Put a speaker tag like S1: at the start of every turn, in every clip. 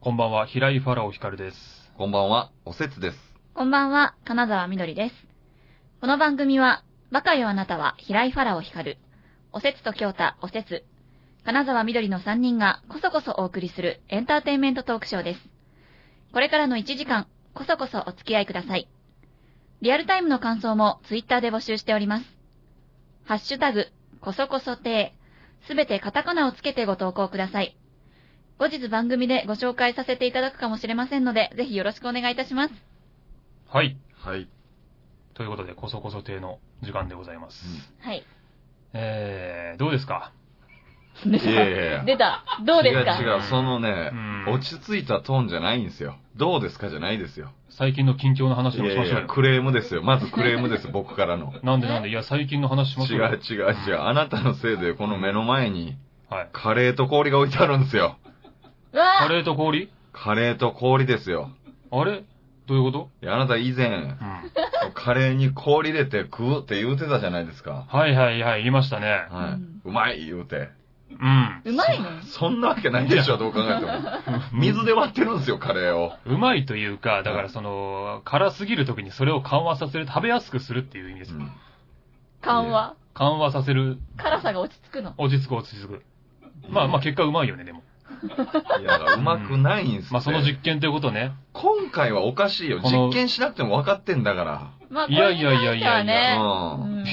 S1: こんばんは、平井ファラオ光です。
S2: こんばんは、おせつです。
S3: こんばんは、金沢みどりです。この番組は、バカよあなたは平井ファラオ光る、おせつと京太、おせつ、金沢みどりの3人がこそこそお送りするエンターテインメントトークショーです。これからの1時間、こそこそお付き合いください。リアルタイムの感想もツイッターで募集しております。ハッシュタグ、こそこそてすべてカタカナをつけてご投稿ください。後日番組でご紹介させていただくかもしれませんので、ぜひよろしくお願いいたします。
S1: はい。
S2: はい。
S1: ということで、こそこそ亭の時間でございます。
S2: うん
S3: はい。
S1: えー、どうですか
S3: 出
S2: いやいやいや
S3: た。出た。どうですか
S2: 違う違う、そのね
S1: う、ん
S2: 落ち着いたトーンじゃないんですよ。どうですかじゃないですよ。
S1: 最近の近況の話
S2: い
S1: でもし
S2: や
S1: ま
S2: い
S1: しょう
S2: や、
S1: よ。
S2: クレームですよ。まずクレームです、僕からの。
S1: なんでなんで、いや、最近の話しまし
S2: 違
S1: ょ
S2: う
S1: うよ。
S2: 違う違う。あなたのせいで、この目の前に、
S1: はい。
S2: カレーと氷が置いてあるんですよ。
S3: うわ
S1: カ
S3: あ
S1: レーと氷
S2: カレーと氷ですよ。
S1: あれどういうこと
S2: いやあなた以前
S1: う、 ん。
S2: カレーに氷入れて食うって言うてたじゃないですか。
S1: はいはいはい、言いましたね。
S2: は
S3: う
S2: い
S3: ん。
S2: うまい言うて。
S1: うん。
S3: うまいね。
S2: そんなわけないでしょ、どう考えても。水で割ってるんですよ、カレーを。
S1: うまいというか、だからその、辛すぎる時にそれを緩和させる、食べやすくするっていう意味です。
S2: うん
S3: 緩和。
S1: 緩和させる、
S3: 辛さが落ち着くの。
S1: 落ち着く落ち着く。まあまあ結果うまいよね、でも。
S2: いや、うまくないんすって
S1: まあその実験ということね。
S2: 今回はおかしいよ。
S1: この
S2: 実験しなくても分かってんだか
S3: まあ、こ
S1: いや
S3: れ
S1: い
S3: に
S1: や
S3: 関
S1: いやいやいや
S3: しては
S2: ら。
S3: ね、
S2: う。
S3: うんん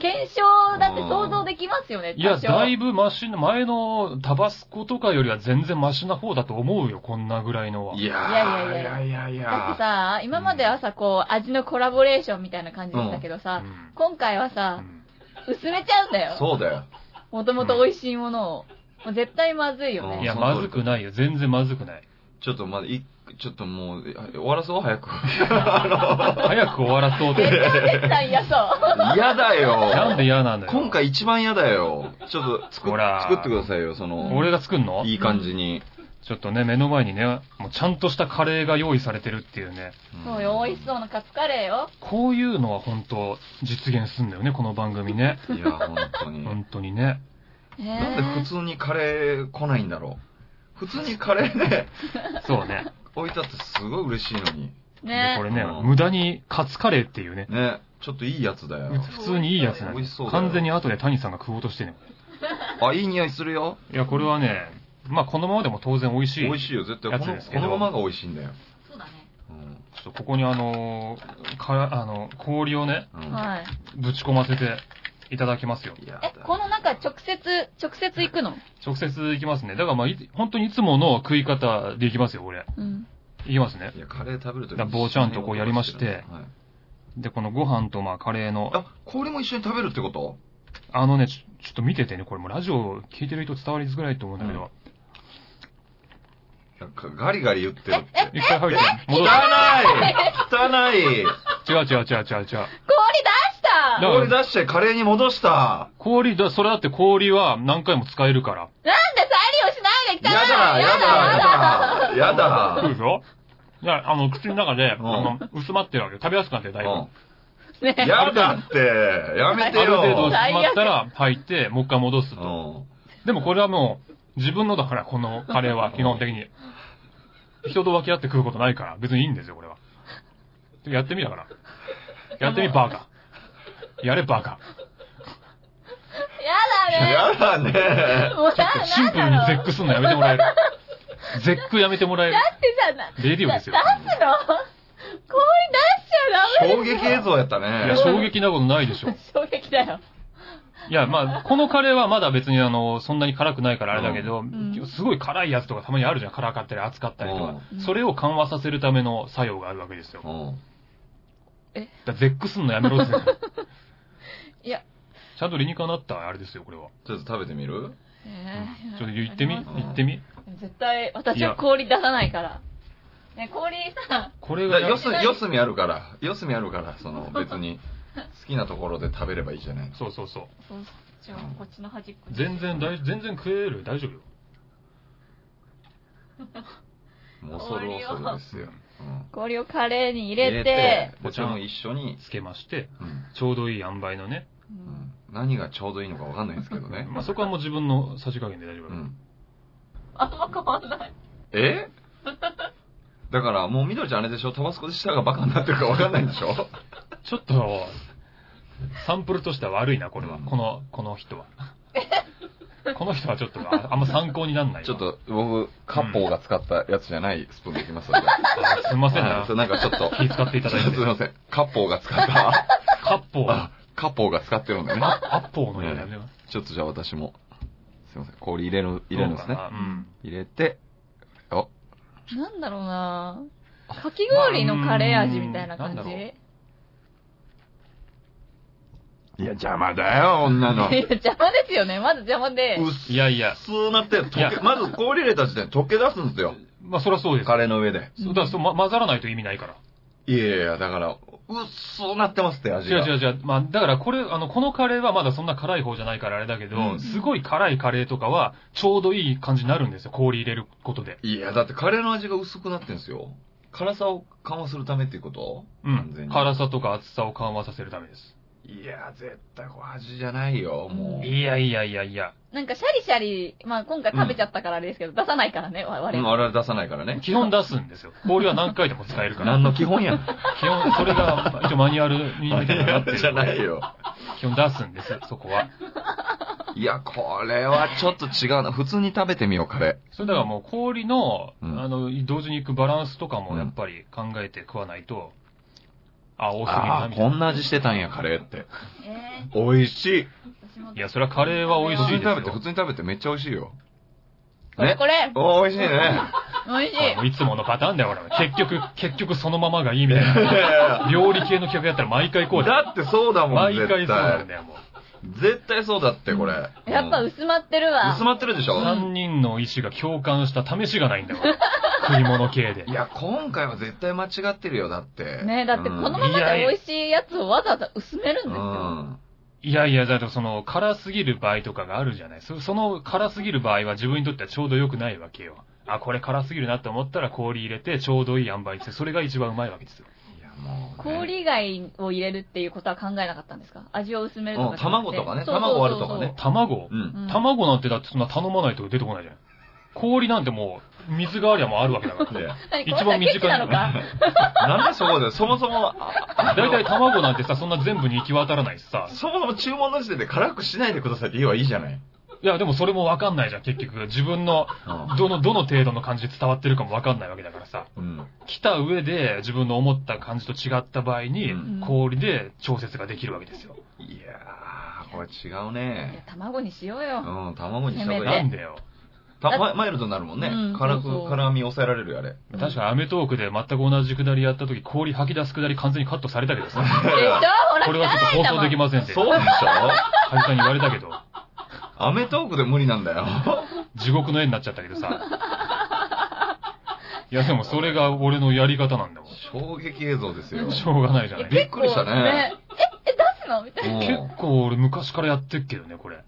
S3: 検証だって想像できますよね、
S1: いや、
S3: 多少
S1: だいぶマシな、前のタバスコとかよりは全然マシな方だと思うよ、こんなぐらいのは。
S2: いや
S3: い
S2: ー、
S3: や
S2: い
S3: い
S2: やいやい
S3: やだって
S2: や。
S3: さ、今まではさ、こう、味のコラボレーションみたいな感じでしたけど
S1: う
S3: さ、
S1: ん
S3: 今回は
S1: う
S3: さ、
S1: ん
S3: 薄めちゃうんだよ。
S2: そうだよ。
S3: もともと美味しいものを。もう絶対まずいよ
S2: うん
S1: い
S3: ね。
S1: や、まずくないよ。全然まずくない。
S2: ちょっとまだ、いちょっともう、終わらそう、早く。
S1: 早く終わらそうっ
S3: 絶
S1: て。
S3: 対絶対嫌そう。
S2: 嫌だ
S1: なんで
S2: よ。
S1: 嫌なんだよ。
S2: 今回一番嫌だよ。ちょっと作っ
S1: ほら
S2: 作ってくださいよ、その、
S1: 俺が作んの
S2: いい感じに。
S1: ちょっとね、目の前にね、もうちゃんとしたカレーが用意されてるっていうね。
S3: そうよ、美味しそうなカツカレーよ。
S1: こういうのは本当実現すんだよね、この番組ね。
S2: いや、本当に。
S1: 本当にね。
S2: なんで普通にカレー来ないんだろう。普通にカレーね、
S1: そう ね。通
S2: 置いたってすごい嬉しいのに。
S1: で
S3: ね
S1: これね
S2: う、ん
S1: 無駄にカツカレーっていうね。
S2: ね、ちょっといいやつだよ。
S1: 普通にいいやつなん
S2: 美
S1: で
S2: 味し
S1: す
S2: そう。だよ
S1: 完全に後で谷さんが食おうとしてね。
S2: あ、いい匂いするよ。
S1: いや、これはね、まあこのままでも当然美味しい。
S2: 美味しいよ、絶対。
S1: や
S2: こ
S1: つ
S2: の
S1: ですけ
S2: こ
S1: ど
S2: のままが美味しいんだよ。
S3: そうだね。
S2: うん
S1: ちょっとここにあのーか、あの、氷をね、
S2: うん
S3: はい。
S1: ぶち込ませていただきますよ。
S2: いや
S3: え、この中直接、直接行くの
S1: 直接いきますね。だからまあ、い本当にいつもの食い方でいきますよ、俺。
S3: うん。
S1: いきますね
S2: い。や、カレー食べると
S1: だから坊ちゃんとこうやりまして
S2: はい
S1: で、このご飯とまあカレーの、
S2: あ、氷も一緒に食べるってこと
S1: あのね、ちょちょっと見ててね、これもうラジオ聞いてる人伝わりづらいと思うんだけど、
S2: いやかガリガリ言ってるって。
S1: 一回入って、戻って。
S2: 汚い汚い
S1: 違う違う違う違う違う。
S3: 氷出した
S1: だ
S2: 氷出してカレーに戻した
S1: 氷だ、それだって氷は何回も使えるから。
S3: なんで再利用し
S2: や
S3: ない
S2: だ
S3: で汚い
S2: やだや
S1: そ
S2: だや
S1: う
S2: だ
S1: でしょだから、あの、口の中で、あ
S2: うん
S1: の、薄まってるわけよ。食べやすくなってる、だいぶ。
S3: ね
S2: うんやだってやめて
S1: ある程度
S2: よ
S1: 薄まったら、入って、もう一回戻す
S2: う
S1: と。
S2: ん
S1: でもこれはもう、自分のだから、このカレーは基本的に。人と分け合って食うことないから、別にいいんですよ、これは。やってみだから。やってみ、バカ。やれ、バカ。
S3: やだね。
S2: やだね
S3: もう
S1: ちょっとシンプルに
S3: な
S1: 絶句すんのやめてもらえる。絶句やめてもらえる
S3: だ。ってさ、な
S1: レディオですよ。
S3: 出すの氷出しちゃダメ
S2: 衝撃映像やった
S1: いや、
S2: ね。
S1: 衝撃なことないでしょ。
S3: 衝撃だよ。
S1: いや、まあ、このカレーはまだ別にあの、そんなに辛くないからあれだけど、
S3: ん
S1: すごい辛いやつとかたまにあるじゃん。辛かったり熱かったりとか。
S3: うん
S1: それを緩和させるための作用があるわけですよ。だか
S2: うん
S1: ら絶句すんのやめろって。
S3: いや。
S1: ちゃんと理にかなったあれですよ、これは。
S2: ちょっと食べてみる
S1: ちょっと言ってみ
S3: ありま
S1: 言ってみ
S3: す絶対、私は氷出さないから。ね、氷さ、
S1: これ
S2: だか
S1: が
S2: ら
S1: な、
S2: 四隅四隅あるから、四隅あるから、その別に好きなところで食べればいいじゃない。
S1: そうそうそう。
S3: そうそうじゃあこっちの端っこに
S1: 全然大、全然食える。大丈夫よ。
S2: もう恐る恐るですよ。うん
S3: 氷をカレーに入れて、
S2: もちろん一緒に、
S1: つけまして、
S2: うん
S1: ちょうどいい塩梅のね。
S3: うん
S2: うん何がちょうどいいのかわかんないんですけどね。
S1: まあ、そこはもう自分のさじ加減で大丈夫
S2: う。ん
S3: あんま変わんない。
S2: えだからもう緑ちゃんあれでしょタバスコで舌がバカになってるかわかんないんでしょ
S1: ちょっと、サンプルとしては悪いな、これは。
S2: うん
S1: この、この人は。この人はちょっとあ、あんま参考になんないわ。
S2: ちょっと僕、カッポーが使ったやつじゃないスプーンでいきますので。
S1: あ。すみません
S2: はい
S1: な
S2: そ。れなんかちょっと。
S1: 気使っていただいて
S2: すいません。カッポーが使った。
S1: カッポー、
S2: あ
S1: ア、
S2: カッポーが使ってるんでね。
S1: ッポーのようなね。
S2: ちょっとじゃあ私も。すいません。氷入れる、入れるんです
S1: どう
S2: ね
S1: か。なうん。
S2: 入れて、お、
S3: なんだろうなかき氷のカレー味みたいな感
S1: まあ
S3: じ
S1: うんなんだろう
S3: い
S2: いや邪魔だよ、女の。
S3: や、邪魔ですよね。まず邪魔で。
S2: うっす
S1: いやいや、
S2: そうなって、溶
S1: いや
S2: け、まず氷入れた時点で溶け出すんですよ。
S1: まあそりゃそうです。
S2: カレーの上で。
S1: そうだからそう、ま、混ざらないと意味ないから。
S2: いやいや、だから、うっそうなってますって、味
S1: 違う
S2: が。
S1: 違う違う。まあ、だからこれ、あの、このカレーはまだそんな辛い方じゃないからあれだけど、
S2: うん
S1: すごい辛いカレーとかは、ちょうどいい感じになるんですよ。氷入れることで。
S2: いや、だってカレーの味が薄くなってんですよ。辛さを緩和するためっていうこと
S1: う
S2: 完全
S1: ん。
S2: に
S1: 辛さとか厚さを緩和させるためです。
S2: いや、絶対これ味じゃないよ、もう。
S1: いやいやいやいや。
S3: なんかシャリシャリ、まあ今回食べちゃったからあれですけど、出さないからね、我
S2: うん
S3: 々。
S2: あれは出さないからね。
S1: 基本出すんですよ。氷は何回でも使えるから。
S2: 何の基本やん。
S1: 基本、それが、まあ一応マニュアルにみたいになってる。
S2: じゃない。よ。
S1: 基本出すんです、そこは。
S2: いや、これはちょっと違うな。普通に食べてみよう、カレ
S1: それだからもう氷の、
S2: うん
S1: あの、同時に行くバランスとかもやっぱり考えて食わないと、あ、多すぎる
S2: ー。
S1: な、
S2: ああ
S1: み
S2: ー、
S1: たい
S2: こ
S1: な。
S2: んな味してたんや、カレーって。
S3: え
S2: 美味しい。
S3: ー、私も。
S1: いや、それはカレーは美味
S2: 普
S1: し
S2: 通
S1: いで
S2: に
S1: すよ。
S2: 食べて、普通に食べてめっちゃ美味しいよ。
S3: これ
S2: ね
S3: これ、
S2: おー美味しいね。
S3: 美味し
S1: あもう
S3: い。
S1: いつものパターンだよ、ほら。結 局、結局そのままがいいみたい
S2: いやい
S1: な。
S2: やいや
S1: 料理系の客やったら毎 回こうじゃん。
S2: だってそうだもん、
S1: 毎
S2: 絶
S1: 回そうなん
S2: 対。
S1: だよ、もう。
S2: 絶対そうだって、これ。
S3: やっぱ
S2: うん
S3: 薄まってるわ。
S2: 薄まってるでしょ
S1: 3人の意思が共感した試しがないんだ から。食い物系で
S2: い。や、今回は絶対間違ってるよ、だって。
S3: ねだってこのままで美味しいやつをわざわざ薄める
S2: う
S3: ん
S2: ん
S3: ですよ。
S1: いやいや、だってその、辛すぎる場合とかがあるじゃない。そその辛すぎる場合は自分にとってはちょうど良くないわけよ。あ、これ辛すぎるなって思ったら氷入れてちょうどいい塩梅にして、それが一番うまいわけですよ。
S2: うんいや、もうね、
S3: 氷以外を入れるっていうことは考えなかったんですか味を薄めるとかじゃなくて。
S2: うん卵とかね
S3: そうそうそう
S2: 卵割るとかね
S1: 卵
S2: うん。
S1: 卵なんてだってそんな頼まないと出てこないじゃん。氷なんてもう、水がありゃもうあるわけだから。
S2: いや
S3: 何
S1: 一番身近に
S3: これだけなのか
S2: なんでそこで、そもそも、あ
S1: だいたい卵なんてさ、そんな全部に行き渡らないしさ。
S2: そもそも注文の時点で辛くしないでくださいって言えばいいじゃない。
S1: いや、でもそれもわかんないじゃん、結局。自分の、どの、どの程度の感じで伝わってるかもわかんないわけだからさ。
S2: うん。
S1: 来た上で自分の思った感じと違った場合に、
S2: うん
S1: 氷で調節ができるわけですよ。
S2: いやー、これ違う
S3: いや
S2: ね。
S3: 卵にしよう
S2: う
S3: よ。
S2: ん、卵にした方
S3: せめ
S2: が
S1: ないん
S2: い。
S1: だよ。
S2: たママイルドになるもんね。
S3: うん
S2: 辛
S3: そうそ
S2: く、
S3: う
S2: 辛み抑えられるよ、あれ。
S3: うん
S1: 確かアメトークで全く同じくだりやった時、氷吐き出すくだり完全にカットされたけどさ。
S3: でしょほら、
S1: これはちょっと放送できませんって、
S2: そうでしょ
S1: はるさんに言われたけど、
S2: アメトークで無理なんだよ。
S1: 地獄の絵になっちゃったけどさ。いや、でもそれが俺のやり方なんだもん。し
S2: 衝撃映像ですよ。
S1: ょうがないじゃない。
S2: びっくりしたね。
S3: え、え、出すのみたいな。
S2: うん
S1: 結構俺昔からやってっけどね、これ。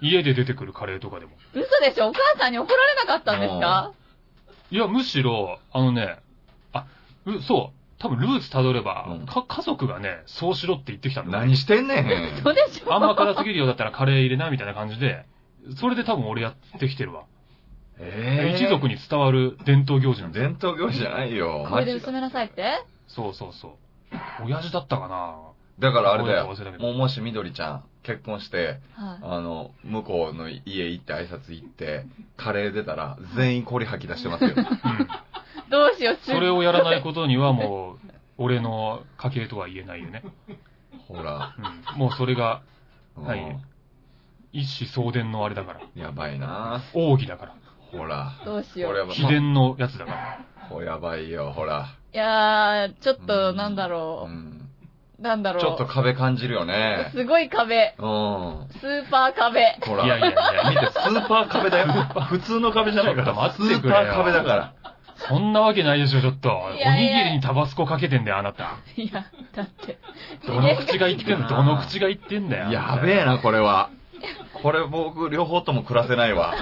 S1: 家で出てくるカレーとかでも。
S3: 嘘でしょお母さんに怒られなかったんですか
S1: いや、むしろ、あのね、あ、う、そう、多分ルーツ辿れば、
S2: うん
S1: か、家族がね、そうしろって言ってきたんだよ。
S2: 何してんねん。
S3: 嘘でしょ
S1: あんま辛すぎるようだったらカレー入れな、みたいな感じで、それで多分俺やってきてるわ。
S2: えー
S1: 一族に伝わる伝統行事なんだよ。
S2: 伝統行事じゃないよ。
S3: こ
S2: マ
S3: れ
S2: ジ
S3: で薄めなさいって
S1: そうそうそう。親父だったかな
S2: だからあれだよ
S1: 覚えてる忘れたけ。ど
S2: もうもしみどりちゃん、結婚して、
S3: は
S2: あの、向こうの家行って挨拶行って、カレー出たら、全員氷吐き出してますよ。
S1: うん。
S3: い。どうしよう、
S1: それをやらないことにはもう、俺の家系とは言えないよね。
S2: ほら。
S1: うん。もうそれが、
S2: うん
S1: はい一子相伝のあれだから。
S2: やばいな
S1: 奥義だから。
S2: ほら。
S3: どうしよう
S2: これは
S1: 秘伝のやつだから。
S2: ほやばいよ、ほら。
S3: いやー、ちょっ
S2: う
S3: と、
S2: ん
S3: なんだ
S2: う
S3: ろ
S2: ん。
S3: う。なんだろう。
S2: ちょっと壁感じるよね。
S3: すごい壁。
S2: うん。ほ
S3: スーパー壁。
S2: ら。
S1: いやいやいや
S2: 見て、スーパー壁だよ。普通の壁じゃないか
S1: ちょっと
S2: ら。
S1: 待
S2: ス
S1: って
S2: ー
S1: く
S2: パ
S1: れよ
S2: ー壁だから。
S1: そんなわけないでしょ、ちょっと。おに
S3: いやいや
S1: ぎりにタバスコかけてんだよ、あなた。
S3: いや、だって。
S1: どの口が言ってんだ、どの口が言ってんだよ。
S2: やべえな、これは。これ僕、両方とも暮らせないわ。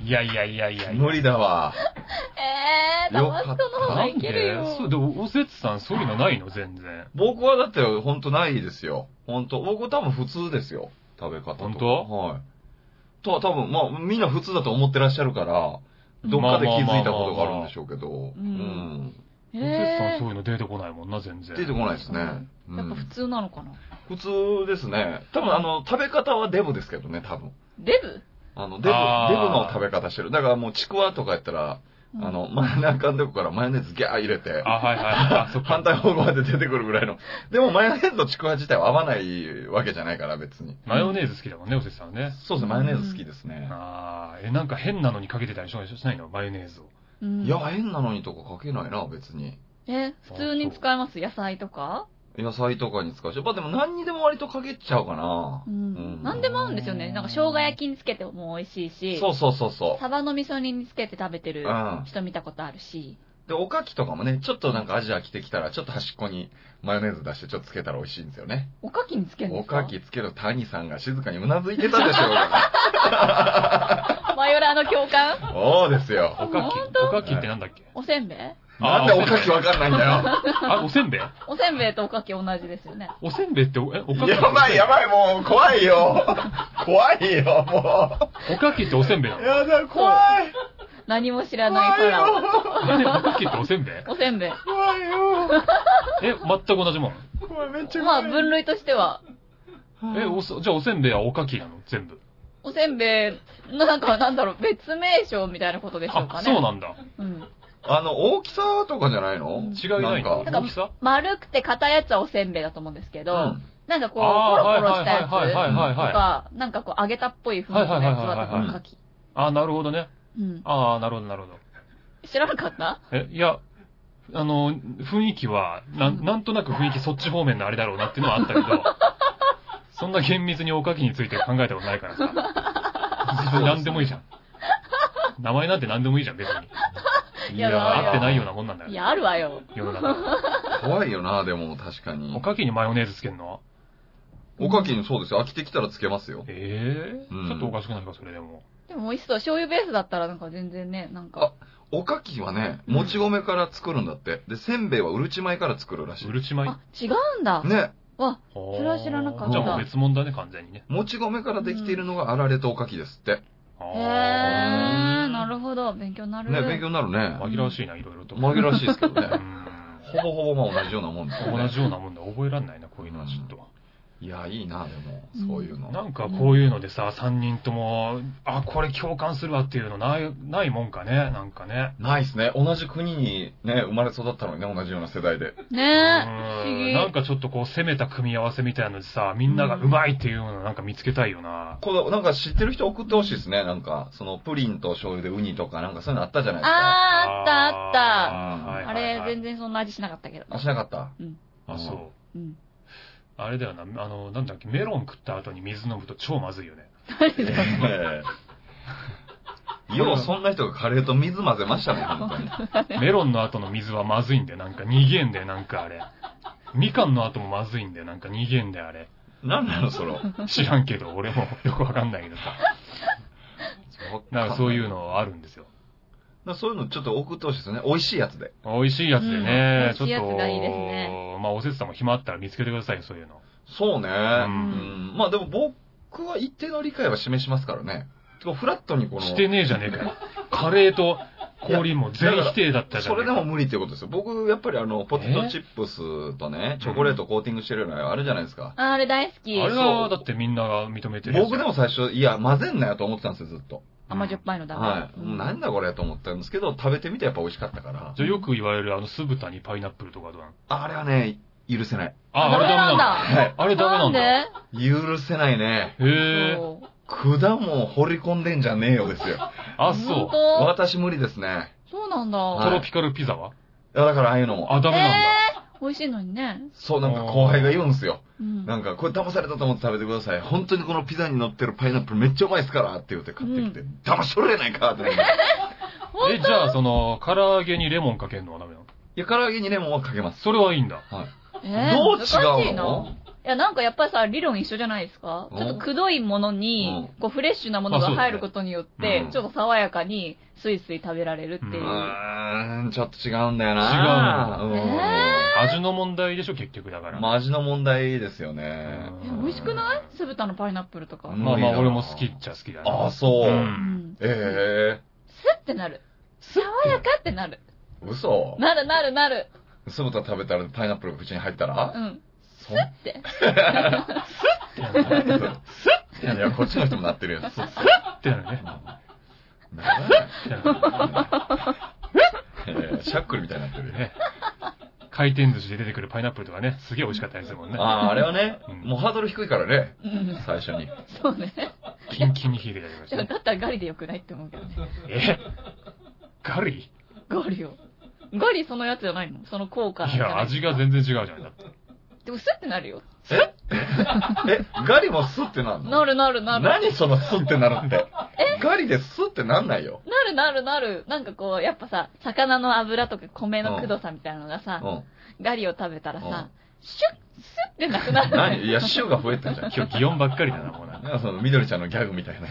S1: いやいやいやいやいや。
S2: 無理だわ。
S3: えー、タ
S2: よか
S3: バ
S2: っ
S3: ス
S2: た
S3: コの方がいけるよ。
S1: なんでそう、でも、おせつさんそういうのないの、全然。
S2: 僕はだって、ほんとないですよ。ほんと。僕多分普通ですよ。食べ方とか。
S1: ほんと
S2: はい。とは多分、まあ、みんな普通だと思ってらっしゃるから、どっかで気づいたことがあるんでしょうけど、うんん。
S3: へ
S1: おせつさん
S3: え
S1: そういうの出てこないもんな、全然。
S2: 出てこないですね。う
S3: やっぱ普
S2: ん
S3: 通なのかな
S2: 普通ですね。多分あの、食べ方はデブですけどね、多分。
S3: デブ
S2: あの、デブ、デブ
S1: あー
S2: の食べ方してる。だからもうちくわとかやったら、あの、真ん中のとこからマヨネーズギャー入れて
S1: あ、、はいはい。あ、そっか
S2: 反。対方向まで出てくるぐらいの。でもマヨネーズとちくわ自体は合わないわけじゃないから、別に。
S1: マヨネーズ好きだもんね、おせつさんね。
S2: そうですね、マヨネーズ好きですね。
S1: ああ、え、なんか変なのにかけてたりしないのマヨネーズを。
S3: うん
S2: いや、変なのにとかかけないな、別に。
S3: え普通に使えます野菜とか
S2: 野菜とかに使うし、まあでも何にでも割とかけちゃうかな
S3: う。ん何でも合うんですよねなんか生姜焼きにつけても美味しいし
S2: そうそうそうそ
S3: サバの味噌煮につけて食べて
S2: う。
S3: る
S2: うん。
S3: 人見たことあるし
S2: で、おかきとかもね、ちょっとなんかアジア来てきたら、ちょっと端っこにマヨネーズ出してちょっとつけたら美味しいんですよね。
S3: おかきにつけるんで
S2: お
S3: す
S2: か
S3: か
S2: きつける谷さんが静かにうなずいてたでしょうが。
S3: マヨラーの共感
S2: そうですよ。
S1: おか
S3: 本
S1: きおかきってなんだっけ
S3: おせんべい
S2: なんでおかきわ
S1: は
S2: かんないんだよ。
S1: あ、おせんべい
S3: おせんべいとおかき同じですよね
S1: おせんべいって、おえ、おかき
S2: やばいやばい、もう怖いよ。怖いよ、も
S1: おかきっておせんべいな
S2: う。
S1: の
S2: やだ、怖い。
S3: 何も知らな
S2: 怖
S3: いファ
S2: い
S3: ラオ
S2: よ。
S1: 何おかきっておせんべい
S3: おせんべい
S2: 怖いよ。
S1: え、全く同じもん。
S2: 怖い、めっちゃ
S3: ま
S2: 怖
S3: あ
S2: い。
S3: 分類としては
S1: え、おそ、じゃあおせんべいはおかきなの全部。
S3: おせんべいのなんかなんだろう別名称みたいなことでしょう
S1: あ
S3: か、ね
S1: そうなんだ。
S3: うん
S2: あの、大きさとかじゃないの
S1: 違いないんだ。
S2: なんか
S1: 大きさ
S3: 丸くて硬いやつはおせんべいだと思うんですけど、
S2: うん
S3: なんかこう、コロ
S1: あ
S3: コ
S1: ー
S3: ロしたやつと
S1: はいはいはいはいはいは
S3: か、なんかこう、揚げたっぽい風味のやつは多分牡蠣。
S1: い。あ、なるほどね。
S3: うん。
S1: ああ、なるほどなるほど。
S3: 知らなかった
S1: え、いや、あの、雰囲気は、なん、なんとなく雰囲気そっち方面のあれだろうなっていうのはあったけ ど、そんな厳密におかきについて考えたことない からさ。別に何でもいいじゃん。名前なんて何でもいいじゃん、別に。
S3: いや
S1: 合ってないようなもんなんだ
S3: い
S1: よ。
S3: や、あるわよ。
S1: 世の中。
S2: 怖いよな、でも確かに
S1: お。かきにマヨネーズつけんの
S2: おかきにそうですよ。飽きてきたらつけますよ。
S1: ええ
S2: うん
S1: ちょっとおかしくないか、それでも。
S3: でも美味しそう。醤油ベースだったらなんか全然ね、なんか。
S2: おかきはね、もち米から作るんだって。で、せんべいはうるち米から作るらし
S1: うるち米
S3: あ、違うんだ。
S2: い。ね。
S3: わ、
S1: そ
S3: れは知らなかった
S1: じゃあもう別物だね、完全にね。
S2: もち米からできているのがあられとおかきですって。
S1: へ
S3: へー、なる
S1: ほ
S3: ほど。勉強になる。
S2: ね、勉強になるね。
S1: 紛らわしいな、いろいろと。
S2: 紛らわしいですけど
S1: う
S2: ね。
S1: ん
S2: ほぼほぼまあ同じようなもんですよ
S1: 同
S2: ね。
S1: じようなもんだ。覚えらんないな、こういうのはちょっと。
S2: いや、いいな、でも、そういうの。
S1: なんかこういうのでさ、3人とも、あ、これ共感するわっていうのない、ないもんかね、なんかね。
S2: ないっすね。同じ国にね、生まれ育ったのにね、同じような世代で。
S3: ね
S1: う
S3: 不思
S1: ん
S3: 議
S1: なんかちょっとこう攻めた組み合わせみたいのでさ、みんながうまいっていうのをなんか見つけたいよな。
S2: このなんか知ってる人送ってほしいですね。なんか、そのプリンと醤油でウニとかなんかそういうのあったじゃないですか。
S3: あー、あったあっ
S2: あ
S3: た。あれ、
S1: 然。
S3: 全然そんな味しなかったけど。
S2: あ、しなかった
S3: うん。
S1: あ、そう。
S3: うん。
S1: あれだよな、あの、なんだっけ、メロン食った後に水飲むと超まずいよね。
S3: 何ですか
S2: ええよう、そんな人がカレーと水混ぜましたね、本 当に。
S1: メロンの後の水はまずいんだよ、なんか逃げんだよ、なんかあれ。みかんの後もまずいんだよ、なんか逃げんだよ、あれ。
S2: なんなの、それ。
S1: 知らんけど、俺もよくわかんないけどさ。 なんかそういう。のあるんですよ。
S2: そういうのちょっと送ってほしいですね。美味しいやつで。
S1: 美味しいやつでね、
S3: うん美味しいやつがいいですね
S1: ちょっと、まあ、おせつさんも暇あったら見つけてくださいよ、そういうの。
S2: そうね。
S1: う。
S2: うんん。まあでも僕は一定の理解は示しますからね。こうフラットにこの。
S1: してねえじゃねえかよ。カレーと氷も全否定だったじゃ
S2: そ
S1: ね
S2: れ
S1: え
S2: で
S1: か。
S2: も無理っていうことですよ。僕、やっぱりあの、ポテトチップスとね、チョコレートコーティングしてるのあるじゃないですか。
S3: ああれ大好き。
S1: あれは、だってみんなが認めてるやつ
S2: 僕でも最初、いや、混ぜんなよと思ってたんですよ、ずっと。
S3: 甘じょっぱいのだ。
S2: はい。もうなんだこれと思ったんですけど、食べてみてやっぱ美味しかったから。
S1: じゃあよく言われる、あの、酢豚にパイナップルとかどうなの
S2: あれはね、許せない。
S1: あ、あれダメなんだ。
S2: はい。
S1: あれダメなんだ。へ
S2: 許せないね。
S1: え。
S3: そう
S2: 果物掘り込んでんじゃねえよで すよ。
S1: あ、そう。
S3: 本
S2: 私無理ですね。
S3: 当そうなんだ。
S1: ト
S2: は
S1: ロピカルピザはい
S2: やだからああいうのも。
S1: あ、ダメなんだ。
S3: 美味しいのにね。
S2: そう、なんか後輩が言うんすよ。
S3: うん。
S2: なんか、これ騙されたと思って食べてください。本当にこのピザに乗ってるパイナップルめっちゃうまいっすからって言って買ってきて、騙しとるやないかってなる。
S1: え、じゃあ、その、唐揚げにレモンかけるのはダメなの
S2: いや、唐揚げにレモンはかけます。
S1: それはいいんだ。
S2: はい。
S3: え
S2: どう
S3: ー、難し
S2: 違
S3: いうな
S2: の。
S3: いや、なんかやっぱりさ、理論一緒じゃないですか
S2: うん
S3: ちょっとくどいものに、こう、フレッシュなも
S1: ま
S3: の
S1: あ
S3: が
S1: そうだね
S3: 入ることによって、
S2: うん
S3: ちょっと爽やかに、スイスイ食べられるっていうう。
S2: ーん、ちょっと違うんだよな。
S1: 違
S2: う
S3: の
S2: ん。
S1: 味の問題でしょ、結局だから。
S2: まあ、味の問題ですよね。
S1: うん
S3: え美味しくない酢豚のパイナップルとか。
S2: う
S3: うん
S2: ん
S1: まあまあ、俺も好きっちゃ好きだな。
S2: ああ、そ
S1: う
S2: う。
S1: ん
S2: ええ
S3: スってなる。爽やかってなる。
S2: 嘘
S3: なるなるなる。
S2: 酢豚食べたらパイナップルが口に入ったら
S3: うん。ス
S2: そん
S3: ッて。
S2: いや、こっちの人もなって るやつ。
S1: ってなるね。
S2: な
S1: っ
S2: ら
S1: てなる
S2: ないいやシャックルみたいになってるよね。
S1: ね回転寿司で出てくるパイナップルとかね、すげえ美味しかったりするもんね。
S2: ああ、あれはね
S1: うん、
S2: もうハードル低いからね、
S3: うん。
S2: 最初に。
S3: そうね。
S1: キンキンに冷えていただきました
S3: だ
S1: ね。
S3: ったらガリでよくないって思うけどね。
S1: えガリ
S3: ガリよ。ガリそのやつじゃないのその効果。
S1: いや、味が。全然違うじゃん。だって
S3: でもスッてなるよ。
S2: え、ガリもスってなんの
S3: なるなるなる。
S2: 何そのスってなるって。ガリでスってなんないよ。
S3: なるなるなる。なんかこう、やっぱさ、魚の油とか米のくどさみたいなのがさ、
S2: う
S3: ガリを食べたらさ、
S2: う。
S3: シュッ、スッってなくなんる。
S2: 何いや、塩が増えた じゃん。
S1: 今日、擬音ばっかりだな、もうなんか。
S2: なんかその、緑ちゃんのギャグみたいな、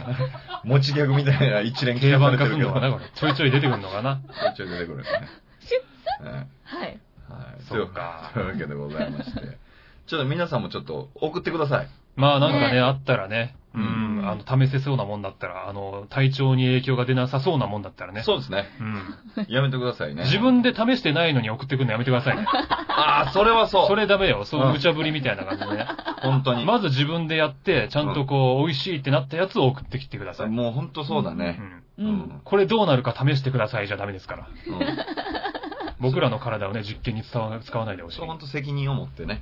S2: 持ちギャグみたいな一連
S1: 定番
S2: 化
S1: 化
S2: さ
S1: す
S2: れ
S1: る
S2: て
S1: のか
S2: るけど
S1: な、これ。ちょいちょい出てくるのかな。
S2: ちょいちょい出てくるんですね。
S3: シュッ。
S2: はい
S3: はい。
S2: はい。
S1: そうか
S2: というわけでございまして。ちょっと皆さんもちょっと送ってください。
S1: まあなんか
S3: ね
S1: ね、あったらね、う、
S3: うんん
S1: あの、試せそうなもんだったら、あの、体調に影響が出なさそうなもんだったらね。
S2: そうですね。
S1: うん。
S2: やめてくださいね。
S1: 自分で試してないのに送ってくるのやめてくださいね。
S2: ああ、それはそう。
S1: それダメよ。そうう、
S2: ん
S1: 無茶ぶりみたいな感じでね。
S2: 本当に。
S1: まず自分でやって、ちゃんとこう、美味しいってなったやつを送ってきてください。う
S2: もう本当そうだね。
S1: ん。
S3: うん。
S1: これどうなるか試してくださいじゃダメですから。
S2: うんうん
S1: 僕らの体をね、実験に使わ使わないでほしい
S2: そう。本当責任を持ってね。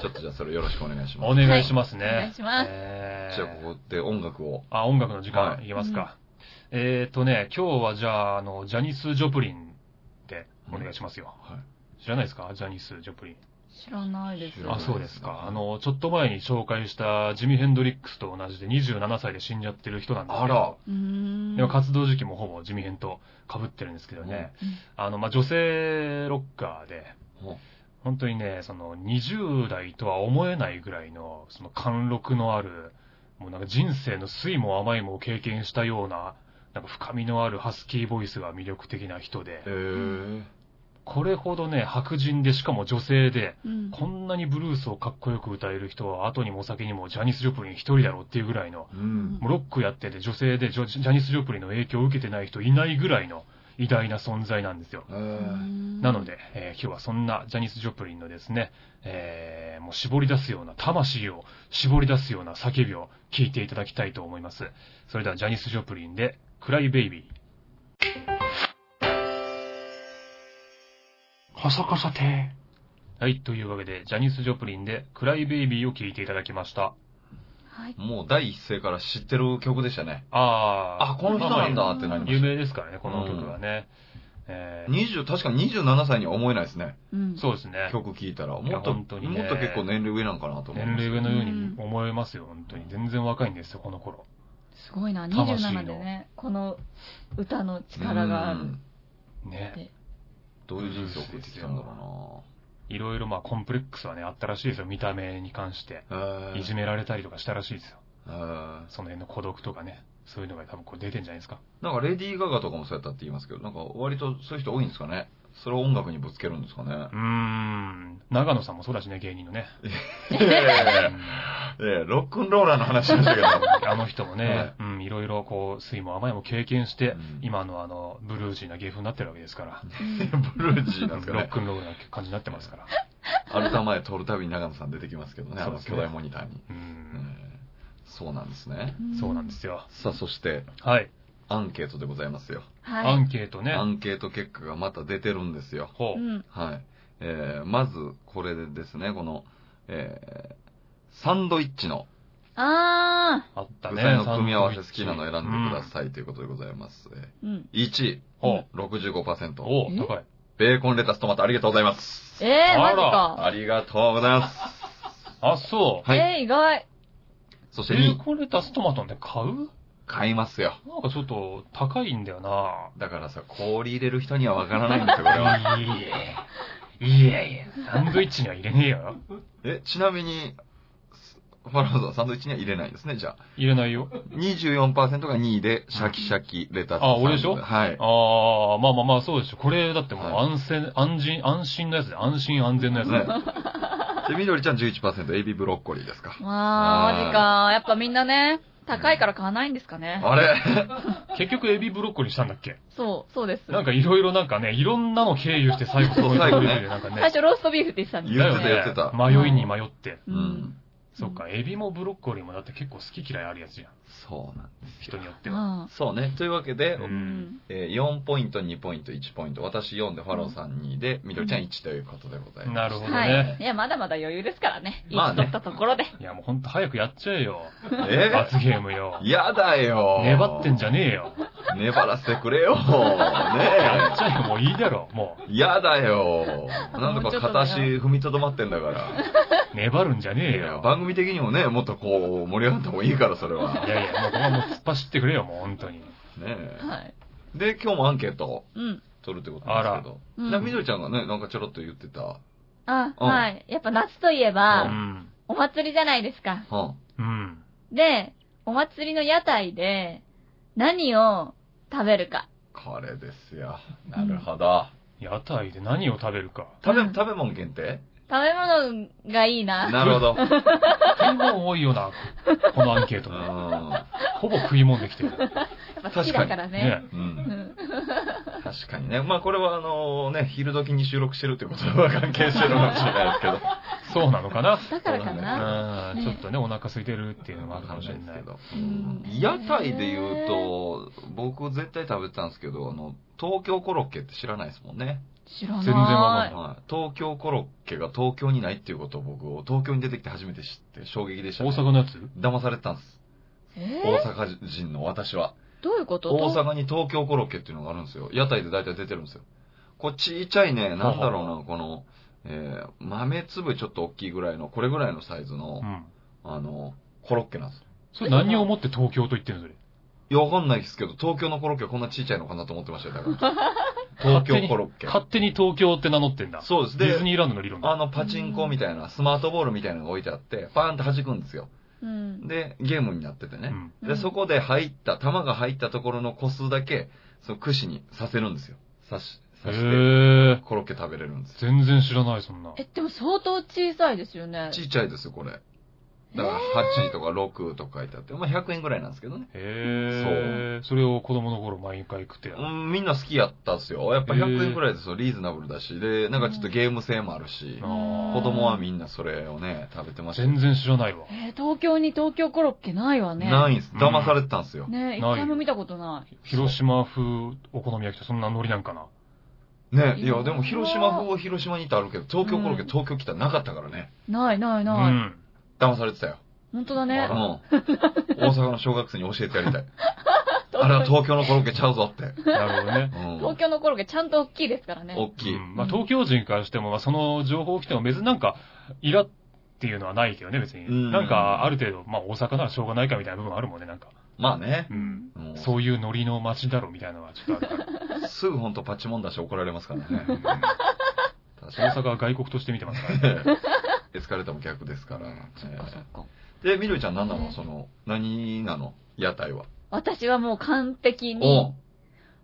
S2: ちょっとじゃあそれよろしくお願いしま
S1: お
S2: す。
S1: 願いしますね。
S3: はいお願いします
S1: えー
S2: じゃあここで音楽を。
S1: あ、音楽の時間
S2: はい
S1: いきますか。えっ、ー、とね、今日はじゃあ、あの、ジャニス・ジョプリンでお願いしますよ。
S2: は
S1: 知らないですかジャニス・ジョプリン。
S3: 知らないです
S2: 知。らな
S1: あ、
S2: い
S1: そうですか。あの、ちょっと前に紹介したジミ・ヘンドリックスと同じで27歳で死んじゃってる人なんです
S2: あ
S1: けど。
S2: ら。
S3: うーん。
S1: でも活動時期もほぼジミヘンと被ってるんですけどね、あの、まあ、女性ロッカーで、本当にね、その20代とは思えないぐらいの、その貫禄のある、もうなんか人生の酸いも甘いも経験したような、なんか深みのあるハスキーボイスが魅力的な人で
S2: え、ー。
S1: これほどね、白人でしかも女性で、
S3: うん。
S1: こんなにブルースをかっこよく歌える人は後にも先にもジャニス・ジョプリン一人だろうっていうぐらいの、
S2: うん。
S1: もうロックやってて女性でジョジャニス・ジョプリンの影響を受けてない人いないぐらいの偉大な存在なんですよ。
S2: え
S3: う
S2: ー
S3: ん
S1: なの。で、えー今日はそんなジャニス・ジョプリンのですね、えーもう絞り出すような、魂を絞り出すような叫びを聞いていただきたいと思います。それではジャニス・ジョプリンで、クライベイビー。カサカサてはい、というわけで、ジャニス・ジョプリンで、クライベイビーを聞いていただきました。
S3: はい。
S2: もう第一声から知ってる曲でしたね。
S1: あー。
S2: あ、この人なん
S1: まあまあ
S2: だってなりま
S1: 有
S2: し
S1: 名ですからね、この曲はね。え
S2: た。
S1: ー
S2: 20、確かに27歳には思えないですね。
S3: うん。
S1: そうですね。
S2: 曲聴いたら。
S1: いや
S2: もっと、も
S1: 本
S2: っと
S1: 当にね
S2: 結構年齢上なんかなと思い
S1: 年
S2: ます
S1: 齢上のように思えますよ、本当に。全然若いんですよ、この頃。
S3: すごいな。
S1: 魂の
S3: 27でね、この歌の力があ
S2: う
S3: る。
S2: ん
S1: ね。
S2: どういう人生を送ってきたんだろ
S1: いろいろまあコンプレックスはね、あったらしいですよ、見た目に関して。
S2: うなえ
S1: いじめられたりとかしたらしいですよ。
S2: えー
S1: その辺の孤独とかね。そういうのが多分こう出てんじゃないですか。
S2: なんかレディー・ガガとかもそうやったって言いますけど、なんか割とそういう人多いんですかね。それを音楽にぶつけるんですかね。
S1: うーん。長野さんもそうだしね、芸人のね。
S2: ええ
S1: う ん
S2: ええロックンローラーの話でしたけど。
S1: あの人もね、うん、いろいろこう、酸いも甘いも経験して、
S2: うん
S1: 今のあの、ブルージーな芸風になってるわけですから。
S2: ブルージーなんですか
S1: ロッ
S2: ね。
S1: クンロールな感じになってますから。
S2: アルタ前通るたびに長野さん出てきますけどね、あ
S1: そう
S2: の
S1: です
S2: 巨
S1: ね
S2: 大モニターに。
S1: う
S2: え
S1: ん。
S2: えそうなんですね。
S1: そうなんで。すよ。
S2: さあ、そして、
S1: はい。
S2: アンケートでございますよ。
S1: ア
S3: は
S1: ンケートね
S2: ア。ンケート結果がまた出てるんですよ。
S1: ほ
S3: い。う
S1: う。
S3: ん。
S2: はい。ええまず、これでですね、この、ええサンドイッチの
S3: あ
S1: あった
S2: 具
S1: ね。
S2: 材の組み合わせ好きなの選んでくだ
S1: い。
S2: さいということでございます。ええ
S3: ー。うん。
S2: 1位、
S1: ほう。
S2: 65%。
S1: おお、高い。
S2: ベーコンレタストマトありがとうございます。
S3: えー、マジ
S2: あ
S3: か。
S2: りがとうございます。
S1: あ、そう。
S2: はい。
S3: えー、意外。
S2: そして
S1: ベ
S2: 2
S1: ー
S2: 位、
S1: コンレタストマトで買う
S2: 買いますよ。
S1: なんかちょっと高いんだよな
S2: だからさ、氷入れる人にはわからないんですよ、こ れは。
S1: いえ。いやいや、サンドイッチには入れねえよ。
S2: え、ちなみに、ファラオさんサンドイッチには入れないですね、じゃあ。
S1: 入れないよ。
S2: 24%が2位で、シャキシャキレタス。
S1: あ俺でしょ
S2: はい。
S1: ああ、まあまあまあ、そうでしょ。これだってもう
S2: は
S1: 安全、安心、安心のやつで、安心安全のやつだよ
S2: ね。で、緑ちゃん11%、エビブロッコリーですか。
S3: まあ、マジか。やっぱみんなね、高いから買わないんですかね。
S2: あれ
S1: 結局エビブロッコリーしたんだっけ
S3: そう、そうです。
S1: なんかいろいろなんかね、いろんなの経由して最後そういう
S2: 最後ね
S1: でなんか
S3: 最
S1: ね。
S3: 初ローストビーフって言ってたんです
S2: 言
S3: よ
S2: っ
S3: ね
S2: てた言ってた
S1: 迷いに迷って。
S2: う
S3: う
S2: んん。
S1: そっか、エビもブロッコリーもだって結構好き嫌いあるやつじゃん。
S2: そうなんです
S1: 人
S2: よ
S1: に。よっては。
S3: あ
S2: そうね。というわけで、
S1: う。
S3: あうんん
S2: えー4ポイント、2ポイント、1ポイント。私4で、ファローさん2で、みどりちゃん1ということでございます。
S1: なるほど
S3: はい。
S1: ね。
S3: いや、まだまだ余裕ですからね。いい
S2: まあね
S3: とったところで。
S1: いや、もうほんと早くやっちゃえよ。
S2: え
S1: 罰ゲームよ。
S2: やだよ。
S1: 粘ってんじゃねえよ。
S2: 粘らせてくれよ。ね
S1: やっちゃえよ、もういいだろ。も
S2: え。やだよ。 なんとか片足踏みとどまってんだから。
S1: う、粘るんじゃねえ
S2: いや
S1: よ。。
S2: 番組的にもね、もっとこう、盛り上がった方がいいから、それ はい
S1: やいや、もうここはもう突っ走ってくれよ、もう本当に。
S2: ね
S3: はい。
S2: え。で、今日もアンケートを
S3: うん。
S2: 取るってことなんですけ
S3: あらう
S2: ど。
S3: ん
S2: なみどりちゃんがね、なんかちょろっと言ってた。
S3: あ、
S2: うん
S3: はい。やっぱ夏といえ
S1: う
S3: ば、
S1: ん。
S3: お祭りじゃないですか。
S2: は
S1: うん。
S3: で、お祭りの屋台で、何を食べるか。
S2: あ、これですよ。なるほど。
S1: 屋台で何を食べるか。
S2: 食べ、
S3: うん
S2: 食べ物限定
S3: 食べ物がいいな。
S2: なる ほど。
S1: 食い物多いよな、このアンケート
S2: う
S1: ね。
S2: ん
S1: ほぼ食い物できてる。
S3: やっぱ好きだからね。
S1: ね。
S2: うん。
S3: うん
S2: 確かにね。まあこれはあのね、昼時に収録してるってことは関係してるのかもしれないですけど。
S1: そうなのかな。
S3: だからか
S2: そうなんだよ
S3: な。
S1: うん
S3: ね
S1: ちょっとね、お腹空いてるっていうのもあ
S2: わ
S1: る
S2: か
S1: かも
S2: ん
S1: し
S2: ない
S1: れ
S2: です
S1: な
S2: け
S1: い。
S2: ど。
S3: うん
S2: 屋台で言うと、僕絶対食べてたんですけど、あの、東京コロッケって知らないですもんね。
S3: 知らない。
S1: 全然わかん
S2: はい東京コロッケが東京にないっていうことを僕、東京に出てきて初めて知って衝撃でした、
S1: 大
S2: ね。
S1: 阪のやつ
S2: 騙されてたんです。
S3: え
S2: 大阪人の私は。
S3: ー、どういうこと
S2: 大阪に東京コロッケっていうのがあるんですよ。屋台で大体出てるんですよ。こうちっちゃいね、なんだろうな、この、えー豆粒ちょっと大きいぐらいの、これぐらいのサイズの
S1: う、ん。
S2: あの、コロッケなんです
S1: それ何をもって東京と言ってるのそれ。
S2: よ。いや、わかんないですけど、東京のコロッケはこんなちっちゃいのかなと思ってましたよ、だ から。東京コロッケ。
S1: 勝手に東京って名乗ってんだ。
S2: そうです。
S1: ディズ
S2: で、
S1: ニーランドの理論だ。
S2: あの、パチンコみたいな、スマートボールみたいなのが置いてあって、パーンって弾くんですよ。
S3: うん。
S2: で、ゲームになってて
S1: う
S2: ね。
S1: ん。
S3: うん
S2: で、そこで入った、弾が入ったところの個数だけ、その串にさせるんですよ。刺し、
S1: へ
S2: 刺して、
S1: え。
S2: コロッケ食べれるんですよ
S1: 全然知らない、そんな。
S3: え、でも相当小さいですよね。
S2: ちっちゃいですよ、これ。だから8とか6とか書いてあって、まあ100円ぐらいなんですけどね。
S1: へえ。それを子供の頃毎回食ってや
S2: う
S1: る。
S2: ん、みんな好きやったっすよ。やっぱ100円ぐらいですよ、リーズナブルだし。で、なんかちょっとゲーム性もあるし、
S1: あー
S2: 子供はみんなそれをね、食べてましたよ。
S1: 全然知らないわ。
S3: えー東京に東京コロッケないわね。。
S2: ないいんす。騙されてたんすよ。
S3: ね一
S1: ない
S3: 回も見たことない。
S1: 広島風お好み焼きってそんなノリなんかな。
S2: ね、
S3: うん
S2: いや、でも広島風は広島にってあるけど、東京コロッケ
S3: うん
S2: 東京来たらなかったからね。
S3: ないないうない。
S1: ん。
S2: 騙されてたよ。
S3: 本当だ
S2: うん。
S3: ね。
S2: 大阪の小学生に教えてやりたい。あれは東京のコロッケちゃうぞって。
S1: なるほどね。
S2: うん。
S3: 東京のコロッケちゃんと大きいですからね。
S2: 大 きい。
S1: うんまあ、東京人からしても、まあ、その情報来ても別になんか、イラっていうのはないけどね、別に。
S2: うん
S1: なんか、ある程度、まあ、大阪ならしょうがないかみたいな部分あるもんね、なんか。
S2: まあね
S1: う。ん。
S2: うん
S1: そういうノリの街だろ、みたいなのはちょっとあるか
S2: すぐほんとパチモン出して怒られますから ね。
S1: ら。うん
S2: 確
S1: 大
S2: か
S1: 阪は外国として見てますからね。
S2: に。エスカレーターも逆ですから。
S3: そっかそっか。
S2: で、みどりちゃん何なの
S3: ね
S2: その、何なの屋台は。
S3: 私はもう完璧
S2: お
S3: に、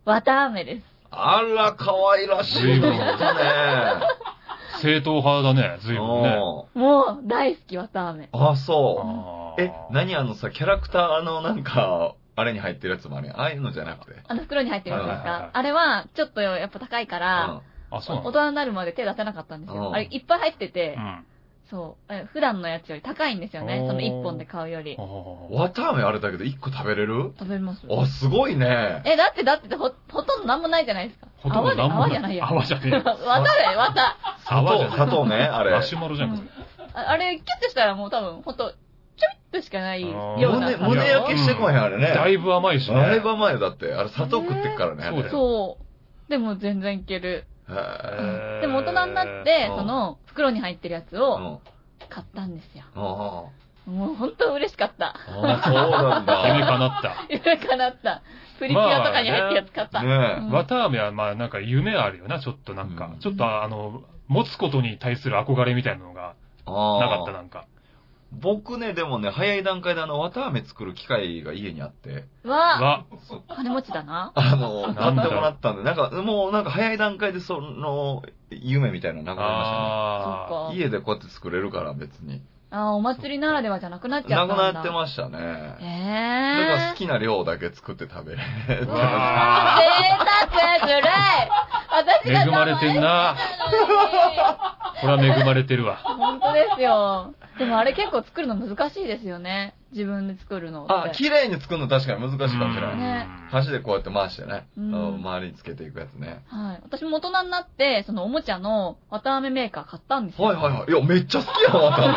S3: 綿飴です。
S2: あら、可愛らしい
S1: 随
S2: の
S1: 分
S2: ね。
S1: 正統派だね、随分ね。
S2: お
S3: もう大好き綿飴。
S2: あ、そ
S1: あ
S2: う。
S1: ー
S2: え、何あのさ、キャラクターのなんか、あれに入ってるやつもあるやん。ああいうのじゃなくて。
S3: あの袋に入ってるんです
S1: はいはいはい
S3: かあれは、ちょっとやっぱ高いから、
S1: あ、そうな
S3: 大
S1: んだ。
S3: 人になるまで手出せなかったんです
S2: う
S3: よ。
S2: ん
S3: あれいっぱい入ってて
S1: う、ん。
S3: そう。え普段のやつより高いんですよね
S1: お。ー
S3: その1本で買うより
S1: ほ。うほう
S2: う
S1: ほ
S2: ん。
S1: う
S2: わたあめあれだけど1個食べれる
S3: 食べます。
S2: あ、すごいね。
S3: え、だってだってほ、ほとんどなんもないじゃないですか。
S1: ほとんど何も
S3: 泡で泡じゃない や。
S1: 泡じゃねえよ。
S3: わたれ、わた。
S2: 砂
S1: 泡じゃ
S2: 糖、
S1: ない
S2: 砂糖ね、あれ
S1: マ。シュマロじゃん、これ。
S3: ああれ、キュッとしたらもう多分、ほんと、ちょびっとしかないよ
S1: あー
S3: うな
S2: 胸、
S3: 感じ
S2: 胸焼けしてこへん、あれ
S1: だ
S2: ね。
S1: いぶ甘いしね。
S2: あれは前だって。あれ砂糖食ってっからね。
S1: ね
S2: あれ
S1: だよ
S3: そう。でも全然いける。
S2: へ
S1: へー
S3: でも大人になって、
S2: うん
S3: その、袋に入ってるやつ
S2: ーう
S3: を
S2: ん。
S3: 買ったんですよ。
S2: あ
S3: もうほんと嬉しかった。
S2: あ。ああそうな んだ。
S1: 夢叶った。
S3: 夢叶った。プリキュアとかに入ってるやつ買った。
S2: ね
S3: うん
S1: わたあめは、まあ、なんか夢あるよな、ちょっとなんか。
S2: うん
S1: ちょっと、あの、持つことに対する憧れみたいなのが
S2: え。ああ
S1: なかった、なんか。
S2: 僕ね、でもね、早い段階であの、綿飴作る機械が家にあって、
S3: わあ、
S1: わ、
S3: 金持ちだな。
S2: あの、
S1: な
S2: 買
S1: ん
S2: っ
S1: だ
S2: てもらったんで、なんか、もうなんか早い段階でその、夢みたいなのなくなりま
S1: あ
S3: そっ
S1: あ
S2: した
S3: か
S2: ね。。家でこうやって作れるから、別に。
S3: ああーお祭りならではじゃなくなっちゃ
S2: なく
S3: ったんだ。
S2: なってましたね。
S3: ええ
S2: だ
S3: ー。
S2: から好きな量だけ作って食べれ
S3: う
S2: る。
S3: わー贅沢ずるい私が
S1: 恵まれてんな
S3: 我慢してたのに
S1: これは恵まれてるわ。
S3: 本当ですよ。でもあれ結構作るの難しいですよね。自分で作るのっ て。
S2: あ、綺麗に作るの確かに難しいかもしれ
S1: う
S2: ない。
S3: ね
S1: ん
S2: 箸でこうやって回してね、
S3: う
S2: うんん、周りにつけていくやつね。
S3: はい。私も大人になって、そのおもちゃの綿あめメーカー買ったんですよ。
S2: はいはいはい。いや、めっちゃ好きやん、わか